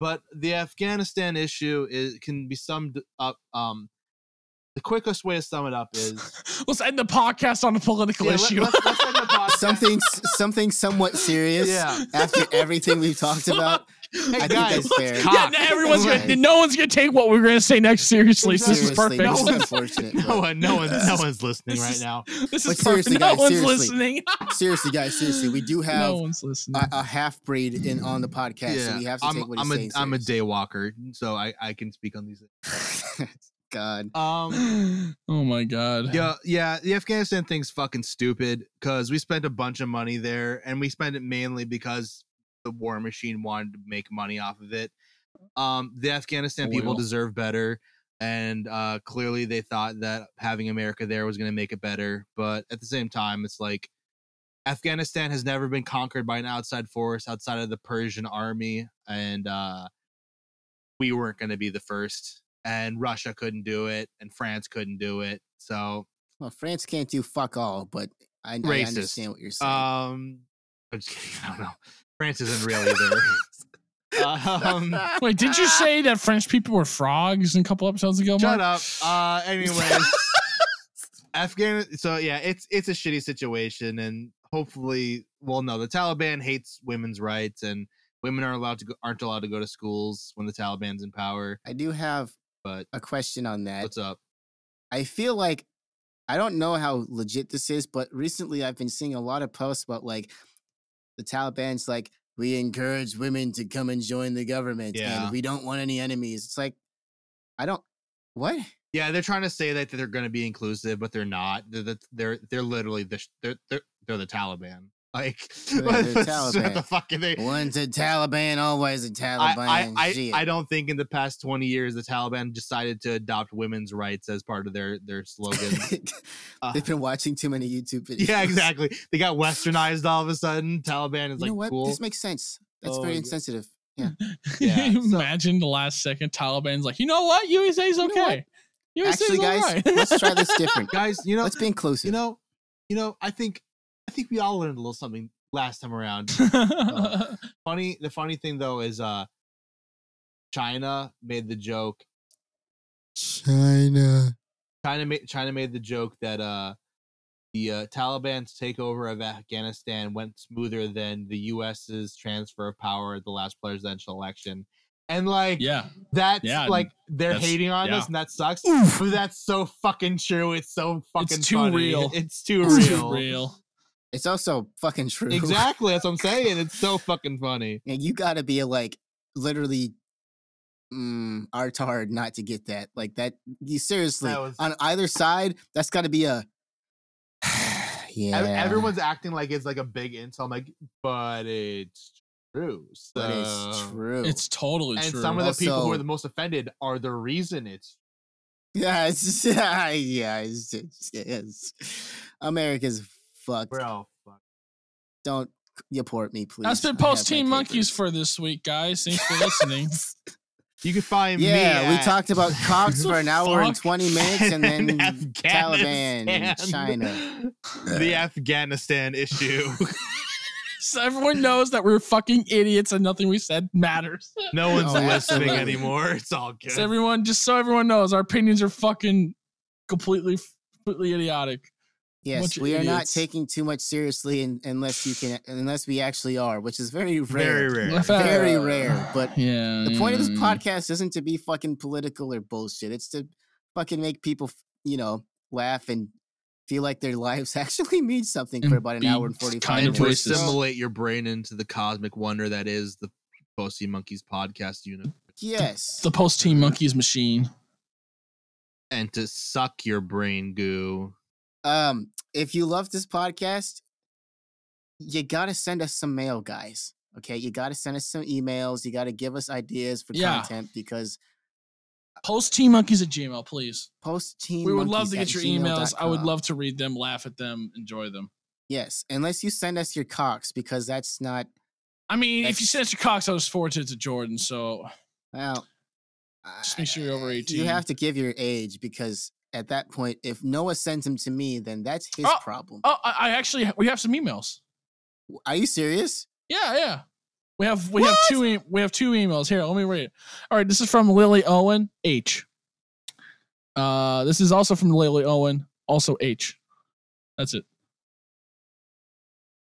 but the afghanistan issue is can be summed up um the quickest way to sum it up is
Let's end the podcast on a political
Yeah, let-
issue.
let's- let's end the podcast.
something s- something somewhat serious.
yeah
After everything we've talked about,
hey
uh, I think
guys
that's fair.
yeah,
cock.
now everyone's
Right.
gonna, no one's gonna take what we we're gonna say next seriously. so This is
seriously,
perfect.
this is
No one's-
unfortunate.
no
but-
one no one's no one's listening
This
right
is-
now
This
But
is perfect.
seriously,
No
guys,
one's
seriously.
listening.
seriously, guys, seriously, we do have
no one's listening.
a, a half breed in on the podcast, so we have to
I'm,
take what
I'm
he's
a
saying.
am a
serious.
day walker so i i can speak on these things
God,
um
oh my god.
Yeah, yeah, the Afghanistan thing's fucking stupid because we spent a bunch of money there, and we spent it mainly because the war machine wanted to make money off of it. Um, the Afghanistan people
Oil.
deserve better, and uh, clearly they thought that having America there was going to make it better. But at the same time, it's like Afghanistan has never been conquered by an outside force outside of the Persian army, and uh, we weren't going to be the first. And Russia couldn't do it, and France couldn't do it. So
well, France can't do fuck all, but I, I
Racist.
understand what you're saying.
Um, I'm just kidding. I don't know. France isn't real either. um,
Wait, did you say that French people were frogs a couple episodes ago? Mark?
shut up. Uh, anyways, Afghan. So yeah, it's it's a shitty situation, and hopefully, well, no, the Taliban hates women's rights, and women are allowed to go, aren't allowed to go to schools when the Taliban's in power.
I do have
But
a question on that.
what's up?
I feel like I don't know how legit this is, but recently I've been seeing a lot of posts about like the Taliban's like we encourage women to come and join the government,
Yeah.
and we don't want any enemies. It's like I don't what
Yeah, they're trying to say that they're going to be inclusive, but they're not. They're the, they're, they're literally the sh- they're, they're they're the Taliban. Like,
They're
let's, let's shut
Taliban.
the fucking thing.
Once a Taliban, always a Taliban.
I, I, I,
Shit.
I don't think in the past 20 years the Taliban decided to adopt women's rights as part of their their slogan. Uh,
They've been watching too many YouTube videos.
yeah, exactly. They got westernized all of a sudden. Taliban
you
is like
know what?
cool.
This makes sense. That's
Oh,
very
yeah.
insensitive.
Yeah,
Imagine the last second Taliban's like, you know what? USA's
know what?
okay. USA's
Actually, guys,
alright."
let's try this different.
Guys, you know,
Let's be inclusive.
you know, you know, I think I think we all learned a little something last time around. funny the funny thing though is uh China made the joke.
China.
China made China made the joke that uh the uh, Taliban's takeover of Afghanistan went smoother than the U.S.'s transfer of power at the last presidential election, and like
yeah.
that's
Yeah,
like they're
that's-
hating on
yeah.
us, and that sucks. But that's so fucking true. It's so fucking
too
funny.
real.
It's too
It's
real.
too real.
it's also fucking true.
Exactly. That's what I'm saying. It's so fucking funny.
And you gotta be like literally mm, artard not to get that. Like that you seriously
That was-
on either side, that's gotta be a
Ev-
Yeah.
Everyone's acting like it's like a big insult. I'm like, but it's true. So.
but it's true.
It's totally
and
true.
some of the people who are
Also-
the most offended are the reason it's
yeah, it's just, yeah, it's, it's, it's America's fucked.
bro. fuck.
Don't report me, please.
That's been
I have
Pulse
my
Team Monkeys
papers.
for this week, guys. Thanks for listening.
You can find me.
Yeah, we
at-
talked about cops for an hour and
Fuck.
20 minutes and then Taliban and
Afghanistan.
China.
the Afghanistan issue.
so everyone knows that we're fucking idiots and nothing we said matters.
No one's
Oh,
listening
absolutely.
anymore. It's all good.
So everyone, just so everyone knows, our opinions are fucking completely, completely idiotic.
Yes,
bunch of
we are not
idiots.
taking too much seriously un unless you can unless we actually are, which is very rare.
Very rare.
Very rare, but
yeah. mm.
The point of this
yeah.
podcast isn't to be fucking political or bullshit. It's to fucking make people, f- you know, laugh and feel like their lives actually mean something
And
for about an
be
hour and 45
kind of
and
minutes.
to
racist.
assimilate your brain into the cosmic wonder that is the Bossy Monkeys podcast unit,
yes.
the Pulse Team Monkeys machine.
and to suck your brain goo.
um, if you love this podcast, you got to send us some mail, guys. Okay. You got to send us some emails. You got to give us ideas for
Yeah.
content because
Pulse Team Monkeys at Gmail, please.
post team.
We would love to get your emails. I would love to read them, laugh at them, enjoy them.
Yes. Unless you send us your cocks because that's not
I mean, if
That's-
you sent it to Cox, I was forwarded to Jordan. So
Well,
Just make sure you're over
I-
18.
You have to give your age because at that point, if Noah sends him to me, then that's his
Oh,
problem.
Oh, I, I actually we have some emails.
W- Are you serious?
Yeah, yeah. We have we have two e- we have two emails here. Let me read it. All right, this is from Lily Owen H. Uh, this is also from Lily Owen, also H. That's it.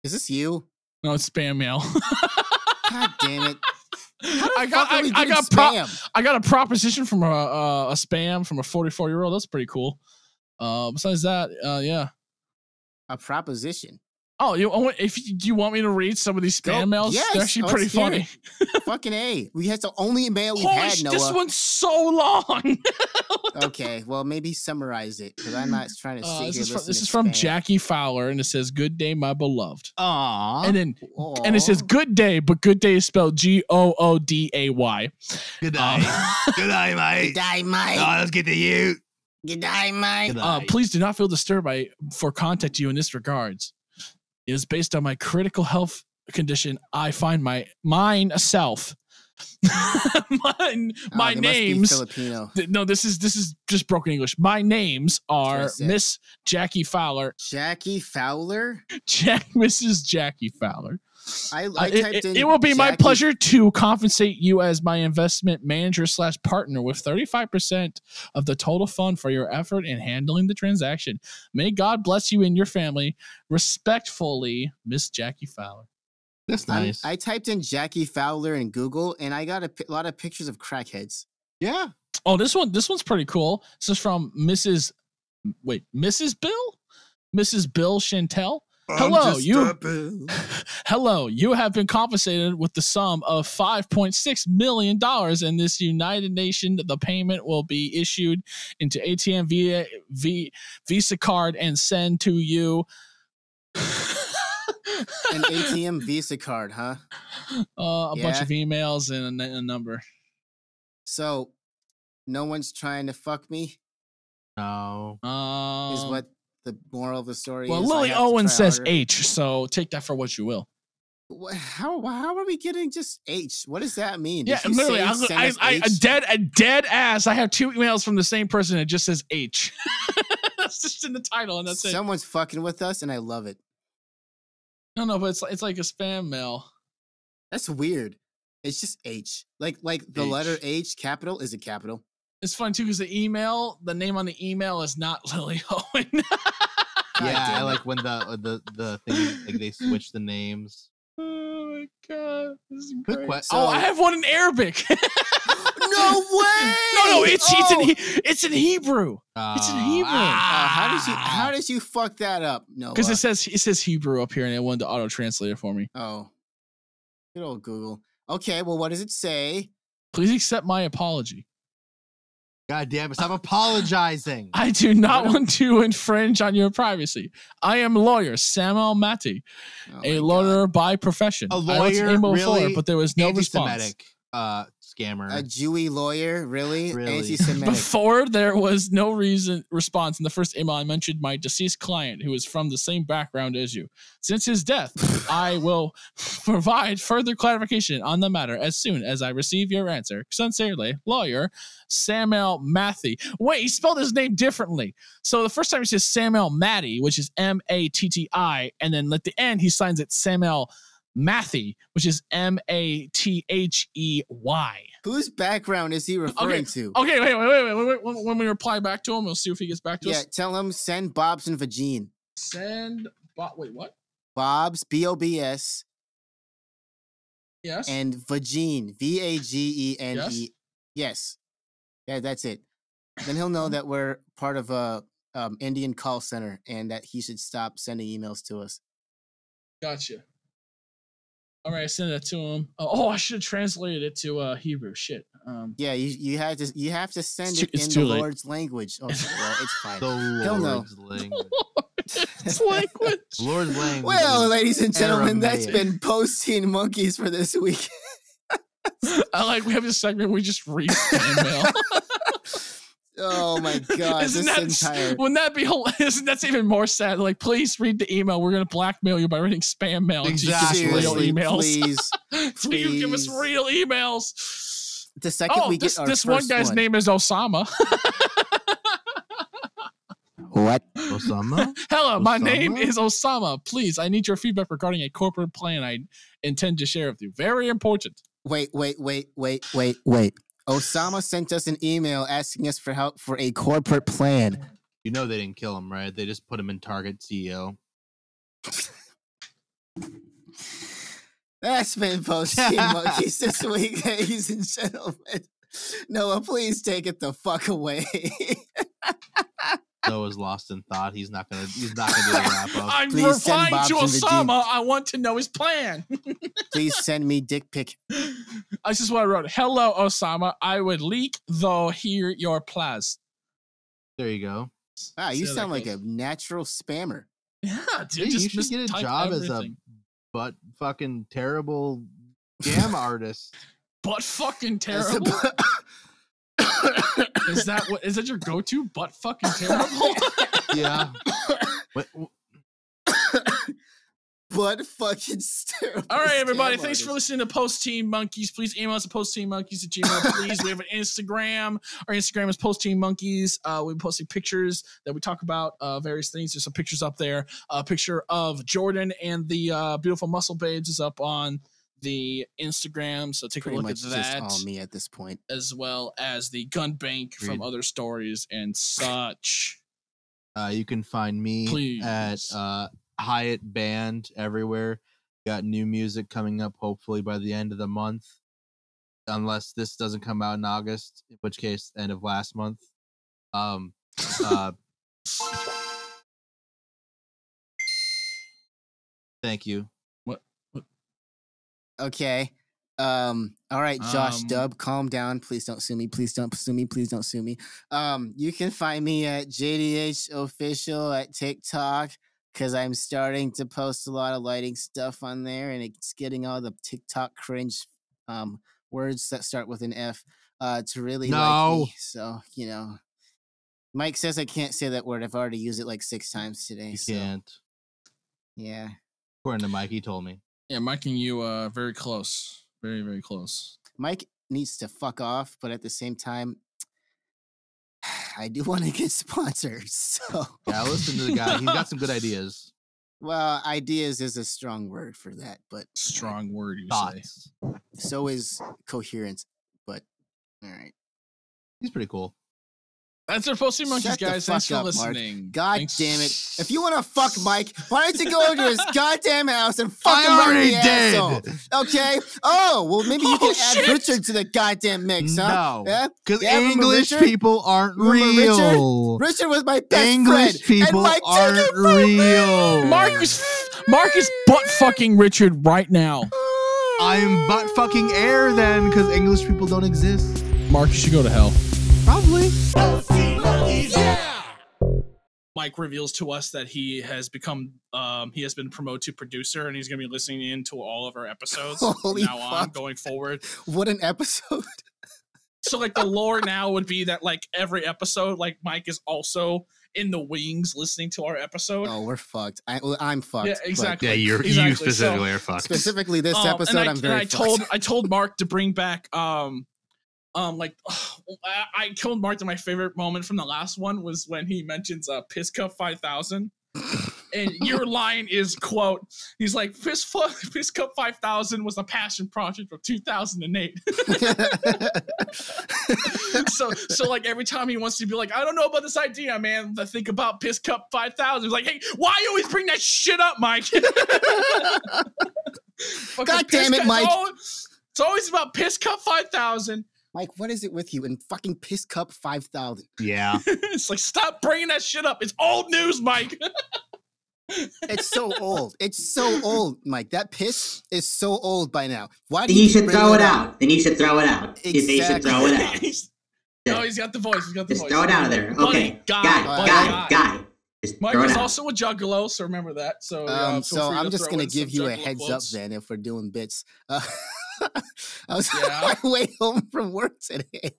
Is this you?
No, it's spam mail.
God damn it!
I got
Fuck are
I,
we
I
getting
got pro-
spam?
I got a proposition from a, a, a spam from a 44 year old. That's pretty cool. Uh, besides that, uh, yeah.
a proposition.
Oh, you I want- if you, do you want me to read some of these
Go-
spam mails?
yes,
They're actually
let's
pretty
hear
funny.
Fucking a. We had the only mail we've
Holy
had,
sh-
Noah.
this one's so long.
okay, well maybe summarize it because I'm not trying to sit
Uh,
here.
this is from,
listening
this
to
is from
spam.
Jackie Fowler, and it says, "Good day, my beloved."
Aww.
And then, and it says,
Aw.
"Good day," but "Good day" is spelled G O O D A Y.
good
Um,
night. good night,
"Good
mate.
day,
Oh,
mate.
let's get to you.
Good day, mate."
Good
Uh,
night.
please do not feel disturbed by for contact you in this regards. It is based on my critical health condition. I find my mine self, mine,
Oh,
my
they must be
names.
Filipino.
th- no, this is this is just broken English. My names are
That's it.
Miss Jackie Fowler,
Jackie Fowler.
Jack, Mrs. Jackie Fowler.
I,
Uh,
I
it-
typed
it,
in.
it will be my
Jackie-
pleasure to compensate you as my investment manager slash partner with 35% of the total fund for your effort in handling the transaction. May God bless you and your family. Respectfully, Miss Jackie Fowler.
That's
I'm-
nice.
I typed in Jackie Fowler in Google, and I got a pi- lot of pictures of crackheads.
yeah.
Oh, this one, this one's pretty cool. This is from Mrs. Wait, Mrs. Bill? Mrs. Bill Chantel? Hello, you. Hello, you have been compensated with the sum of $5.6 million in this United Nation. The payment will be issued into ATM via v, Visa card and send to you.
An ATM Visa card, huh?
Uh, a bunch
Yeah.
of emails and a, n- a number.
So, no one's trying to fuck me
No.
Um,
is what the moral of the story
well,
is. I
Lily
have to
Owen
try
says
harder.
H, so take that for what you will.
Wha- How how are we getting just H? What does that mean? Did
Yeah,
you
literally,
say
I,
send
I,
us
I, a
H?
dead, a dead ass. I have two emails from the same person. It just says H. that's just in the title, and that's it.
Someone's fucking with us, and I love it.
No, no, but it's it's like a spam mail.
That's weird. It's just H. Like like the letter
H.
H capital is a capital.
It's fun too because the email, the name on the email is not Lily Owen.
God
Yeah, I
damn it.
like when the uh, the the thing like they switch the names.
oh my god, this is
Quick
great.
que-
oh, I
so-
have one in Arabic. no,
No way!
no, it's it's in
Oh!
He- it's in Hebrew It's in
Uh,
Hebrew.
Uh, how did you how
ah.
did you fuck that up? No.
because it says it says Hebrew up here, and it wanted to auto translate it for me.
Oh. Good old Google. Okay, well what does it say?
Please accept my apology.
God damn it! Stop apologizing.
I do not want to infringe on your privacy. I am lawyer Samuel Matti, a
Oh my God.
lawyer by profession.
A
I went to
lawyer?
Rainbow Fuller,
Really?
but there was no response.
Anti-Semitic uh, scammer.
A Jewy lawyer, really?
Really.
Anti-Semitic.
Before there was no reason response in the first email, I mentioned my deceased client who is from the same background as you. Since his death, I will provide further clarification on the matter as soon as I receive your answer. Sincerely, lawyer Samuel Mathy. Wait, he spelled his name differently. So the first time he says Samuel Matty, which is M A T T I, and then at the end he signs it Samuel Mathy, which is M A T H E Y.
Whose background is he referring to?
Okay, oh, wait, wait, wait, wait, wait, wait. When, when we reply back to him, we'll see if he gets back to
yeah,
us.
tell him send Bob's and Vagine.
Send bot. Wait, what?
Bob's B O B S
Yes.
and Vagine V A G E N
Yes?
E. Yes, yeah, that's it. Then he'll know that we're part of a um, Indian call center and that he should stop sending emails to us.
gotcha. All right, I sent that to him. Oh, oh, I should have translated it to uh, Hebrew. Shit. Um,
Yeah, you you have to you have to send
too-
it
it's
in
too
the
late.
Lord's language. Oh, well, it's fine.
the
Hell no.
Lord's language.
it's language.
Lord's language.
Well,
is-
ladies and gentlemen, that's
Aramaic.
been posting monkeys for this week.
I like we have this segment. We just read fan mail.
Oh my god,
Isn't
this
that
entire
wouldn't that be? hol- Isn't that's even more sad? Like, please read the email. We're gonna blackmail you by reading spam mail. until you give us real
seriously,
emails.
please.
Until you give us
please.
real emails.
The second
Oh,
we get
this,
our
this one
first
guy's name is Osama.
What?
Osama?
Hello, my name
Osama?
is Osama. Please, I need your feedback regarding a corporate plan I intend to share with you. Very important.
Wait, wait, wait, wait, wait, wait. Osama sent us an email asking us for help for a corporate plan.
You know they didn't kill him, right? They just put him in Target E CEO.
That's been posting monkeys this week, ladies and gentlemen. Noah, please take it the fuck away.
Noah's lost in thought. He's not gonna. He's not gonna do a wrap up.
I'm
please send
replying to
Bob's and the
Osama. I want to know his plan.
please send me dick pic.
That's just what I wrote. Hello, Osama. I would leak though hear your plans.
There you go.
Wow,
See
you
how that
sound like
goes.
a natural spammer.
Yeah, dude.
Hey,
just
you should get a
mistype
job as a
everything.
butt fucking terrible jam artist.
butt fucking
As
terrible.
a-
is that what? Is that your go-to? Butt fucking terrible.
Yeah. What- wh-
But fucking terrible.
All right, everybody. Thanks for listening to Post Team Monkeys. Please email us at postteammonkeys at gmail. Please, we have an Instagram. Our Instagram is Post Team Monkeys. Uh, we're posting pictures that we talk about uh, various things. There's some pictures up there. A picture of Jordan and the uh, beautiful muscle babes is up on the Instagram. So take
Pretty
a look
much
at
just
that,
all me at this point.
as well as the gun bank from
Agreed.
other stories and such.
Uh, you can find me at
Please.
uh, Hyatt Band everywhere. Got new music coming up hopefully by the end of the month, unless this doesn't come out in August, in which case end of last month. Um, uh, thank you.
Okay. Um, all right, Josh
Um,
Dub, calm down. Please don't sue me. Please don't sue me. Please don't sue me. Um, you can find me at JDH Official at TikTok, because I'm starting to post a lot of lighting stuff on there, and it's getting all the TikTok cringe um, words that start with an F uh, to really
No.
like me. So you know, Mike says I can't say that word. I've already used it like six times today.
You
So,
can't.
Yeah.
According to Mike, he told me.
Yeah, Mike and you uh very close. Very, very close.
Mike needs to fuck off, but at the same time, I do want to get sponsors. So,
Yeah, listen to the guy. He's got some good ideas.
well, ideas is a strong word for that, but
Strong word you say.
Thoughts.
so is coherence. But all right,
He's pretty cool.
That's our posting monkeys,
Shut the
guys. Thanks for
fuck up, Mark.
listening.
god
Thanks-
damn it! If you want to fuck Mike, why don't you go over to his goddamn house and fuck
I
him right in
already
the
did.
asshole? Okay. Oh well, maybe you
Oh,
can add
shit.
Richard to the goddamn mix, huh?
No.
Yeah?
Because
Yeah, remember
English
Richard?
people aren't
Remember Richard?
real.
Richard was my best
English
friend, and
people
Mike took it
aren't
from me.
real.
Marcus Marcus butt fucking Richard right now.
I'm butt fucking air then, because English people don't exist.
Marcus, you go to hell.
Probably.
Mike reveals to us that he has become um he has been promoted to producer and he's gonna be listening in to all of our episodes from
Holy
now on
fuck.
going forward.
What an episode!
So like the lore now would be that like every episode, like Mike is also in the wings listening to our episode.
Oh, we're fucked. I, well, I'm fucked.
yeah,
but
exactly.
Yeah, you're,
Exactly.
you specifically are fucked.
Specifically, this
Um, and
episode,
I,
I'm very.
and I
fucked.
told I told Mark to bring back um um like I, I told Mark that my favorite moment from the last one was when he mentions uh Pisca five thousand. And your line is quote, he's like Piss Fu- Piss Cup five thousand was a passion project of two thousand and eight. so so like every time he wants to be like, I don't know about this idea, man. I think about Piss Cup five thousand. He's like, hey, why you always bring that shit up, Mike? Fucking
God
Piss
damn it,
Cup-
Mike.
It's always, it's always about Piss Cup five thousand.
Mike, what is it with you and fucking piss cup five thousand?
yeah.
it's like stop bringing that shit up. It's old news, Mike.
It's so old. It's so old, Mike. That piss is so old by now. Why do
Then
you
you
keep
should
bringing
throw it out. Then you should throw it out. They
Exactly. Oh,
should throw it out.
He's- no, he's got the voice. He's got the
Just
voice.
throw it out of there.
Buddy,
Okay.
guy,
Guy,
buddy,
guy, guy. Just
Mike
throw
is
it out.
also a juggalo, so remember that. So, uh,
Um,
feel
so
free
I'm
to
just
throw
gonna
in some
give you a
juggalo
heads up
quotes.
then if we're doing bits. Uh, I was
Yeah.
on my way home from work today,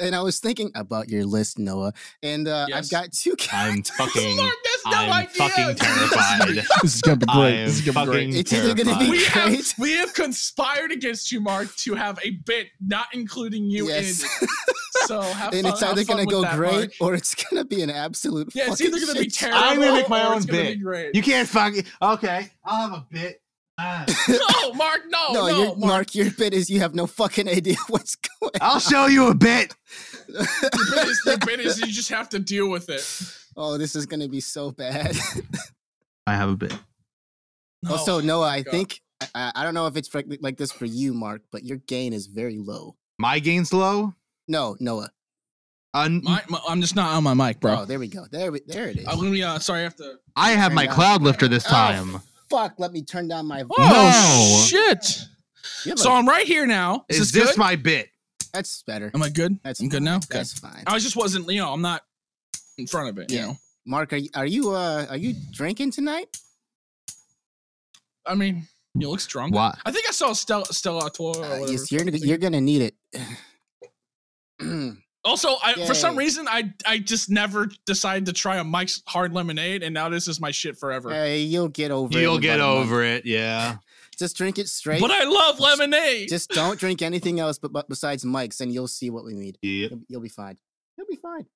and I was thinking about your list, Noah. And uh,
Yes.
I've got two. ca-
I'm fucking.
Mark, that's no
I'm
idea.
fucking terrified.
This is gonna be
I
great.
am
This is gonna be
fucking
great.
It's either gonna be-
terrified.
we have
Great.
we have conspired against you, Mark, to have a bit not including you
Yes.
in it. So have
and
fun,
it's either
have fun
gonna
with
go
that,
great
Mark.
or it's gonna be an absolute.
Yeah, it's
fucking
either gonna be
shit show.
terrible.
I'm gonna make my
or
own
it's gonna be
bit.
great.
You can't fucking. Okay, I'll have a bit. Ah.
no, Mark, oh no,
no,
no,
your, Mark.
Mark.
your bit is you have no fucking idea what's going.
I'll show you a bit.
The bit is- the bit is you just have to deal with it.
Oh, this is gonna be so bad.
I have a bit.
No.
also, Noah, I
Oh God.
think I- I, I don't know if it's like like this for you, Mark, but your gain is very low.
My gain's low.
No, Noah.
Un-
My- my- I'm just not on my mic, bro.
Oh, there we go. There, we, there it is.
I'm gonna be uh, sorry. I have to.
I have my
Yeah.
cloud lifter this
Oh,
time.
Fuck, let me turn down my.
Oh shit!
You have
So
a-
I'm right here now. Is,
Is
this,
this
good?
my bit?
that's better.
Am I good?
That's
I'm good
fine.
now. Okay.
That's fine.
I just wasn't. You know, I'm not in front of it. You
Yeah.
know.
Mark, are you, are you uh are you drinking tonight?
I mean, he looks drunk.
What?
I think I saw Stella Stella Artois or
Uh,
Oh, whatever.
yes, you're you're gonna need it.
also, I, for some
Yay.
reason, I I just never decided to try a Mike's Hard Lemonade, and now this is my shit forever.
Uh, you'll get over it.
You'll
in
get
about a month.
over it. Yeah.
Just drink it straight.
But I love lemonade.
Just don't drink anything else but, but besides Mike's, and you'll see what we need.
Yep.
You'll, you'll be fine. You'll be fine.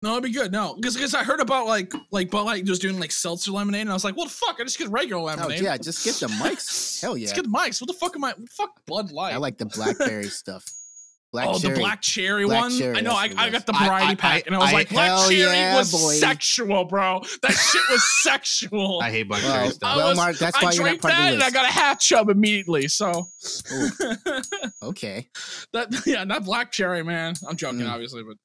no, it'd be good. No, because I heard about like like Bud Light just doing like seltzer lemonade, and I was like, well, fuck, I just get regular
Oh
lemonade.
yeah, just get the Mike's. Hell yeah.
Let's get Mike's. What the fuck am I? Fuck Bud Light.
I like the blackberry stuff. Black
oh,
cherry.
the black cherry
Black
one.
cherry,
I know.
that's
I,
what it
I
was.
got the
I-
variety
I-
pack, and I was
I-
like,
hell
black cherry
yeah,
was
boy.
sexual, bro. That shit was sexual.
I hate black
Well,
cherry
I
stuff.
well,
was-
Mark, that's
I
why you're
drank
not
that,
part of the
and I
list.
got a half chub immediately. So
okay.
that yeah, not black cherry, man. I'm joking,
Mm.
obviously, but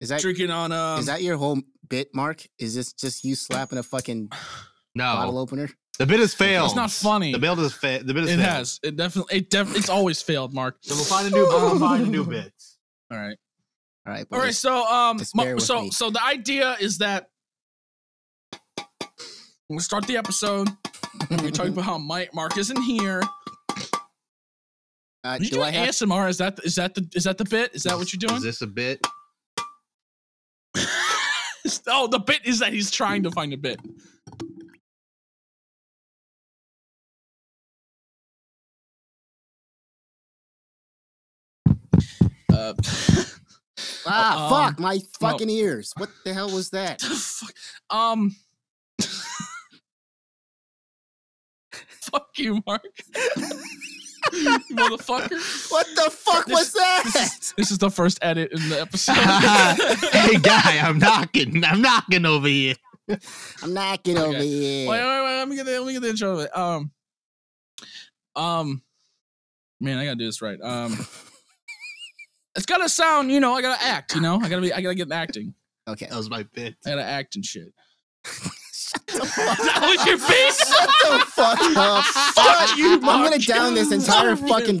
Is that is
drinking on um.
that your whole bit, Mark? Is this just you slapping a fucking bottle
No,
opener?
the bit has failed.
it's not funny.
The bit has failed. The bit has
It
failed.
has. It definitely. It def- It's always failed, Mark.
So we'll find a new. We'll find a new bit.
All right.
All right.
All right.
boys.
So um.
just
Mar-
bear with
so
me.
so the idea is that gonna start the episode. We're gonna talk about how Mike Mark isn't here.
Uh,
Are you
do I
doing
have?
ASMR? Is that is that the is that the bit? Is that what you're
Is
doing?
this a bit?
oh, the bit is that he's trying to find a bit. Uh,
Ah,
Um,
fuck my fucking ears! What the hell was that?
the fuck? Um. fuck you, Mark. You Motherfucker.
What the fuck was that?
This, this is the first edit in the episode.
hey guy, I'm knocking. I'm knocking over here.
I'm knocking over
Okay.
here.
Wait, wait, wait. Let me get the let me get the intro of it. Um, um, man, I gotta do this right. Um, it's gotta sound, you know. I gotta act, you know. I gotta be. I gotta get acting.
okay.
That was my bit.
I gotta act and shit. that was your face.
Shut the fuck up.
Fuck you,
I'm gonna
Mark.
down this entire
Fuck you.
fucking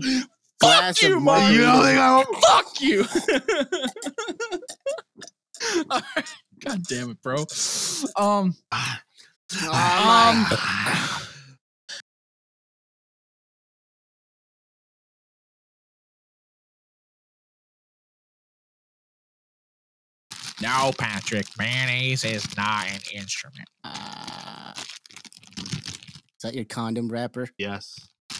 Fuck
glass
you,
of
Mark.
You don't think I won't?
Fuck you. All right. God damn it, bro. Um.
Oh
Ah.
Um,
my-
Now, Patrick, mayonnaise is not an instrument.
Ah. is that your condom wrapper?
Yes.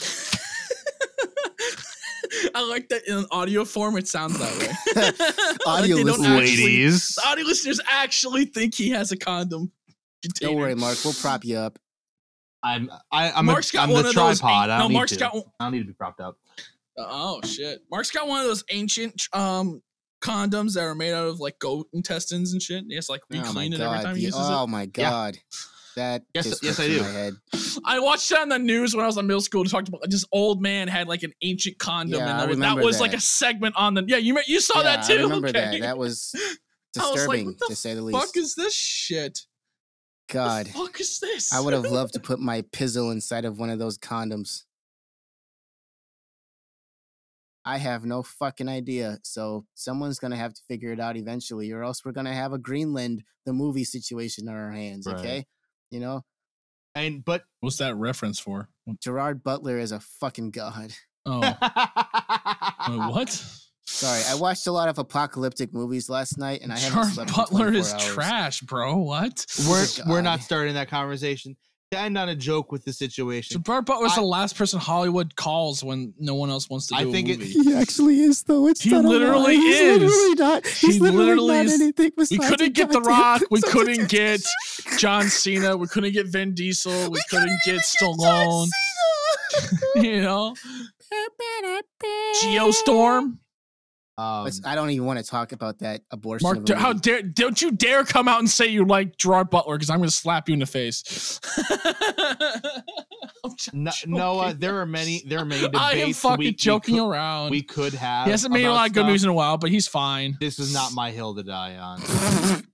I like that in audio form, it sounds that way. I
Audio
they don't
listeners.
actually-
Ladies.
the audio listeners actually think he has a condom. Container.
Don't worry, Mark. We'll prop you up.
I'm I, I'm,
Mark's
a,
got
I'm
one
the
of those eight-
tripod. I
no,
don't
Mark's
need to.
got one-
I don't need to be propped up.
Oh shit! Mark's got one of those ancient um condoms that are made out of like goat intestines and shit. He has to, like
Oh my
reclean it every
god.
time he
the-
uses
oh my god. That
Yes,
just
yes,
went
I
through
do.
My head.
it. I watched that on the news when I was in middle school. It Talked about this old man had like an ancient condom,
Yeah,
and
I
that was,
remember
that was like
that.
a segment on the. Yeah, you ma- you saw that
Yeah,
too.
I remember
Okay.
that. That was
I was like,
disturbing
what the
to say the least.
fuck is this shit? The
god.
fuck is this?
I would have loved to put my pizzle inside of one of those condoms. I have no fucking idea. So someone's gonna have to figure it out eventually, or else we're gonna have a Greenland the movie situation on our hands.
Right.
Okay, you know
And but
What's that reference for?
Gerard Butler is a fucking god.
Oh, uh, what?
Sorry, I watched a lot of apocalyptic movies last night, and I haven't
Gerard
slept. in
Butler is
24 hours.
trash, bro. What?
we're
God.
we're not starting that conversation. To end on a joke with the situation.
Gerard Butler's
I-
the last person Hollywood calls when no one else wants to do
I think
a
it-
movie.
He actually is, though. It's
He
not a lie.
literally
He's
is.
literally not. He's
He
literally,
literally
not
is.
anything
we
besides a
couldn't get The
goddamn
Rock. We
piece of
couldn't
shit.
get John Cena. We couldn't get Vin Diesel. We, couldn't get Stallone. you know, Geostorm.
Um,
Let's- I don't even want to talk about that abortion.
Mark,
of a
da- how
movie.
dare don't you dare come out and say you like Gerard Butler because I'm going to slap you in the face. I'm just
no,
joking.
Noah, there are many there are many debates
I am fucking
we,
joking
we could,
around.
we could have.
he hasn't made a
about
lot of good
stuff.
movies in a while, but he's fine.
This is not my hill to die on.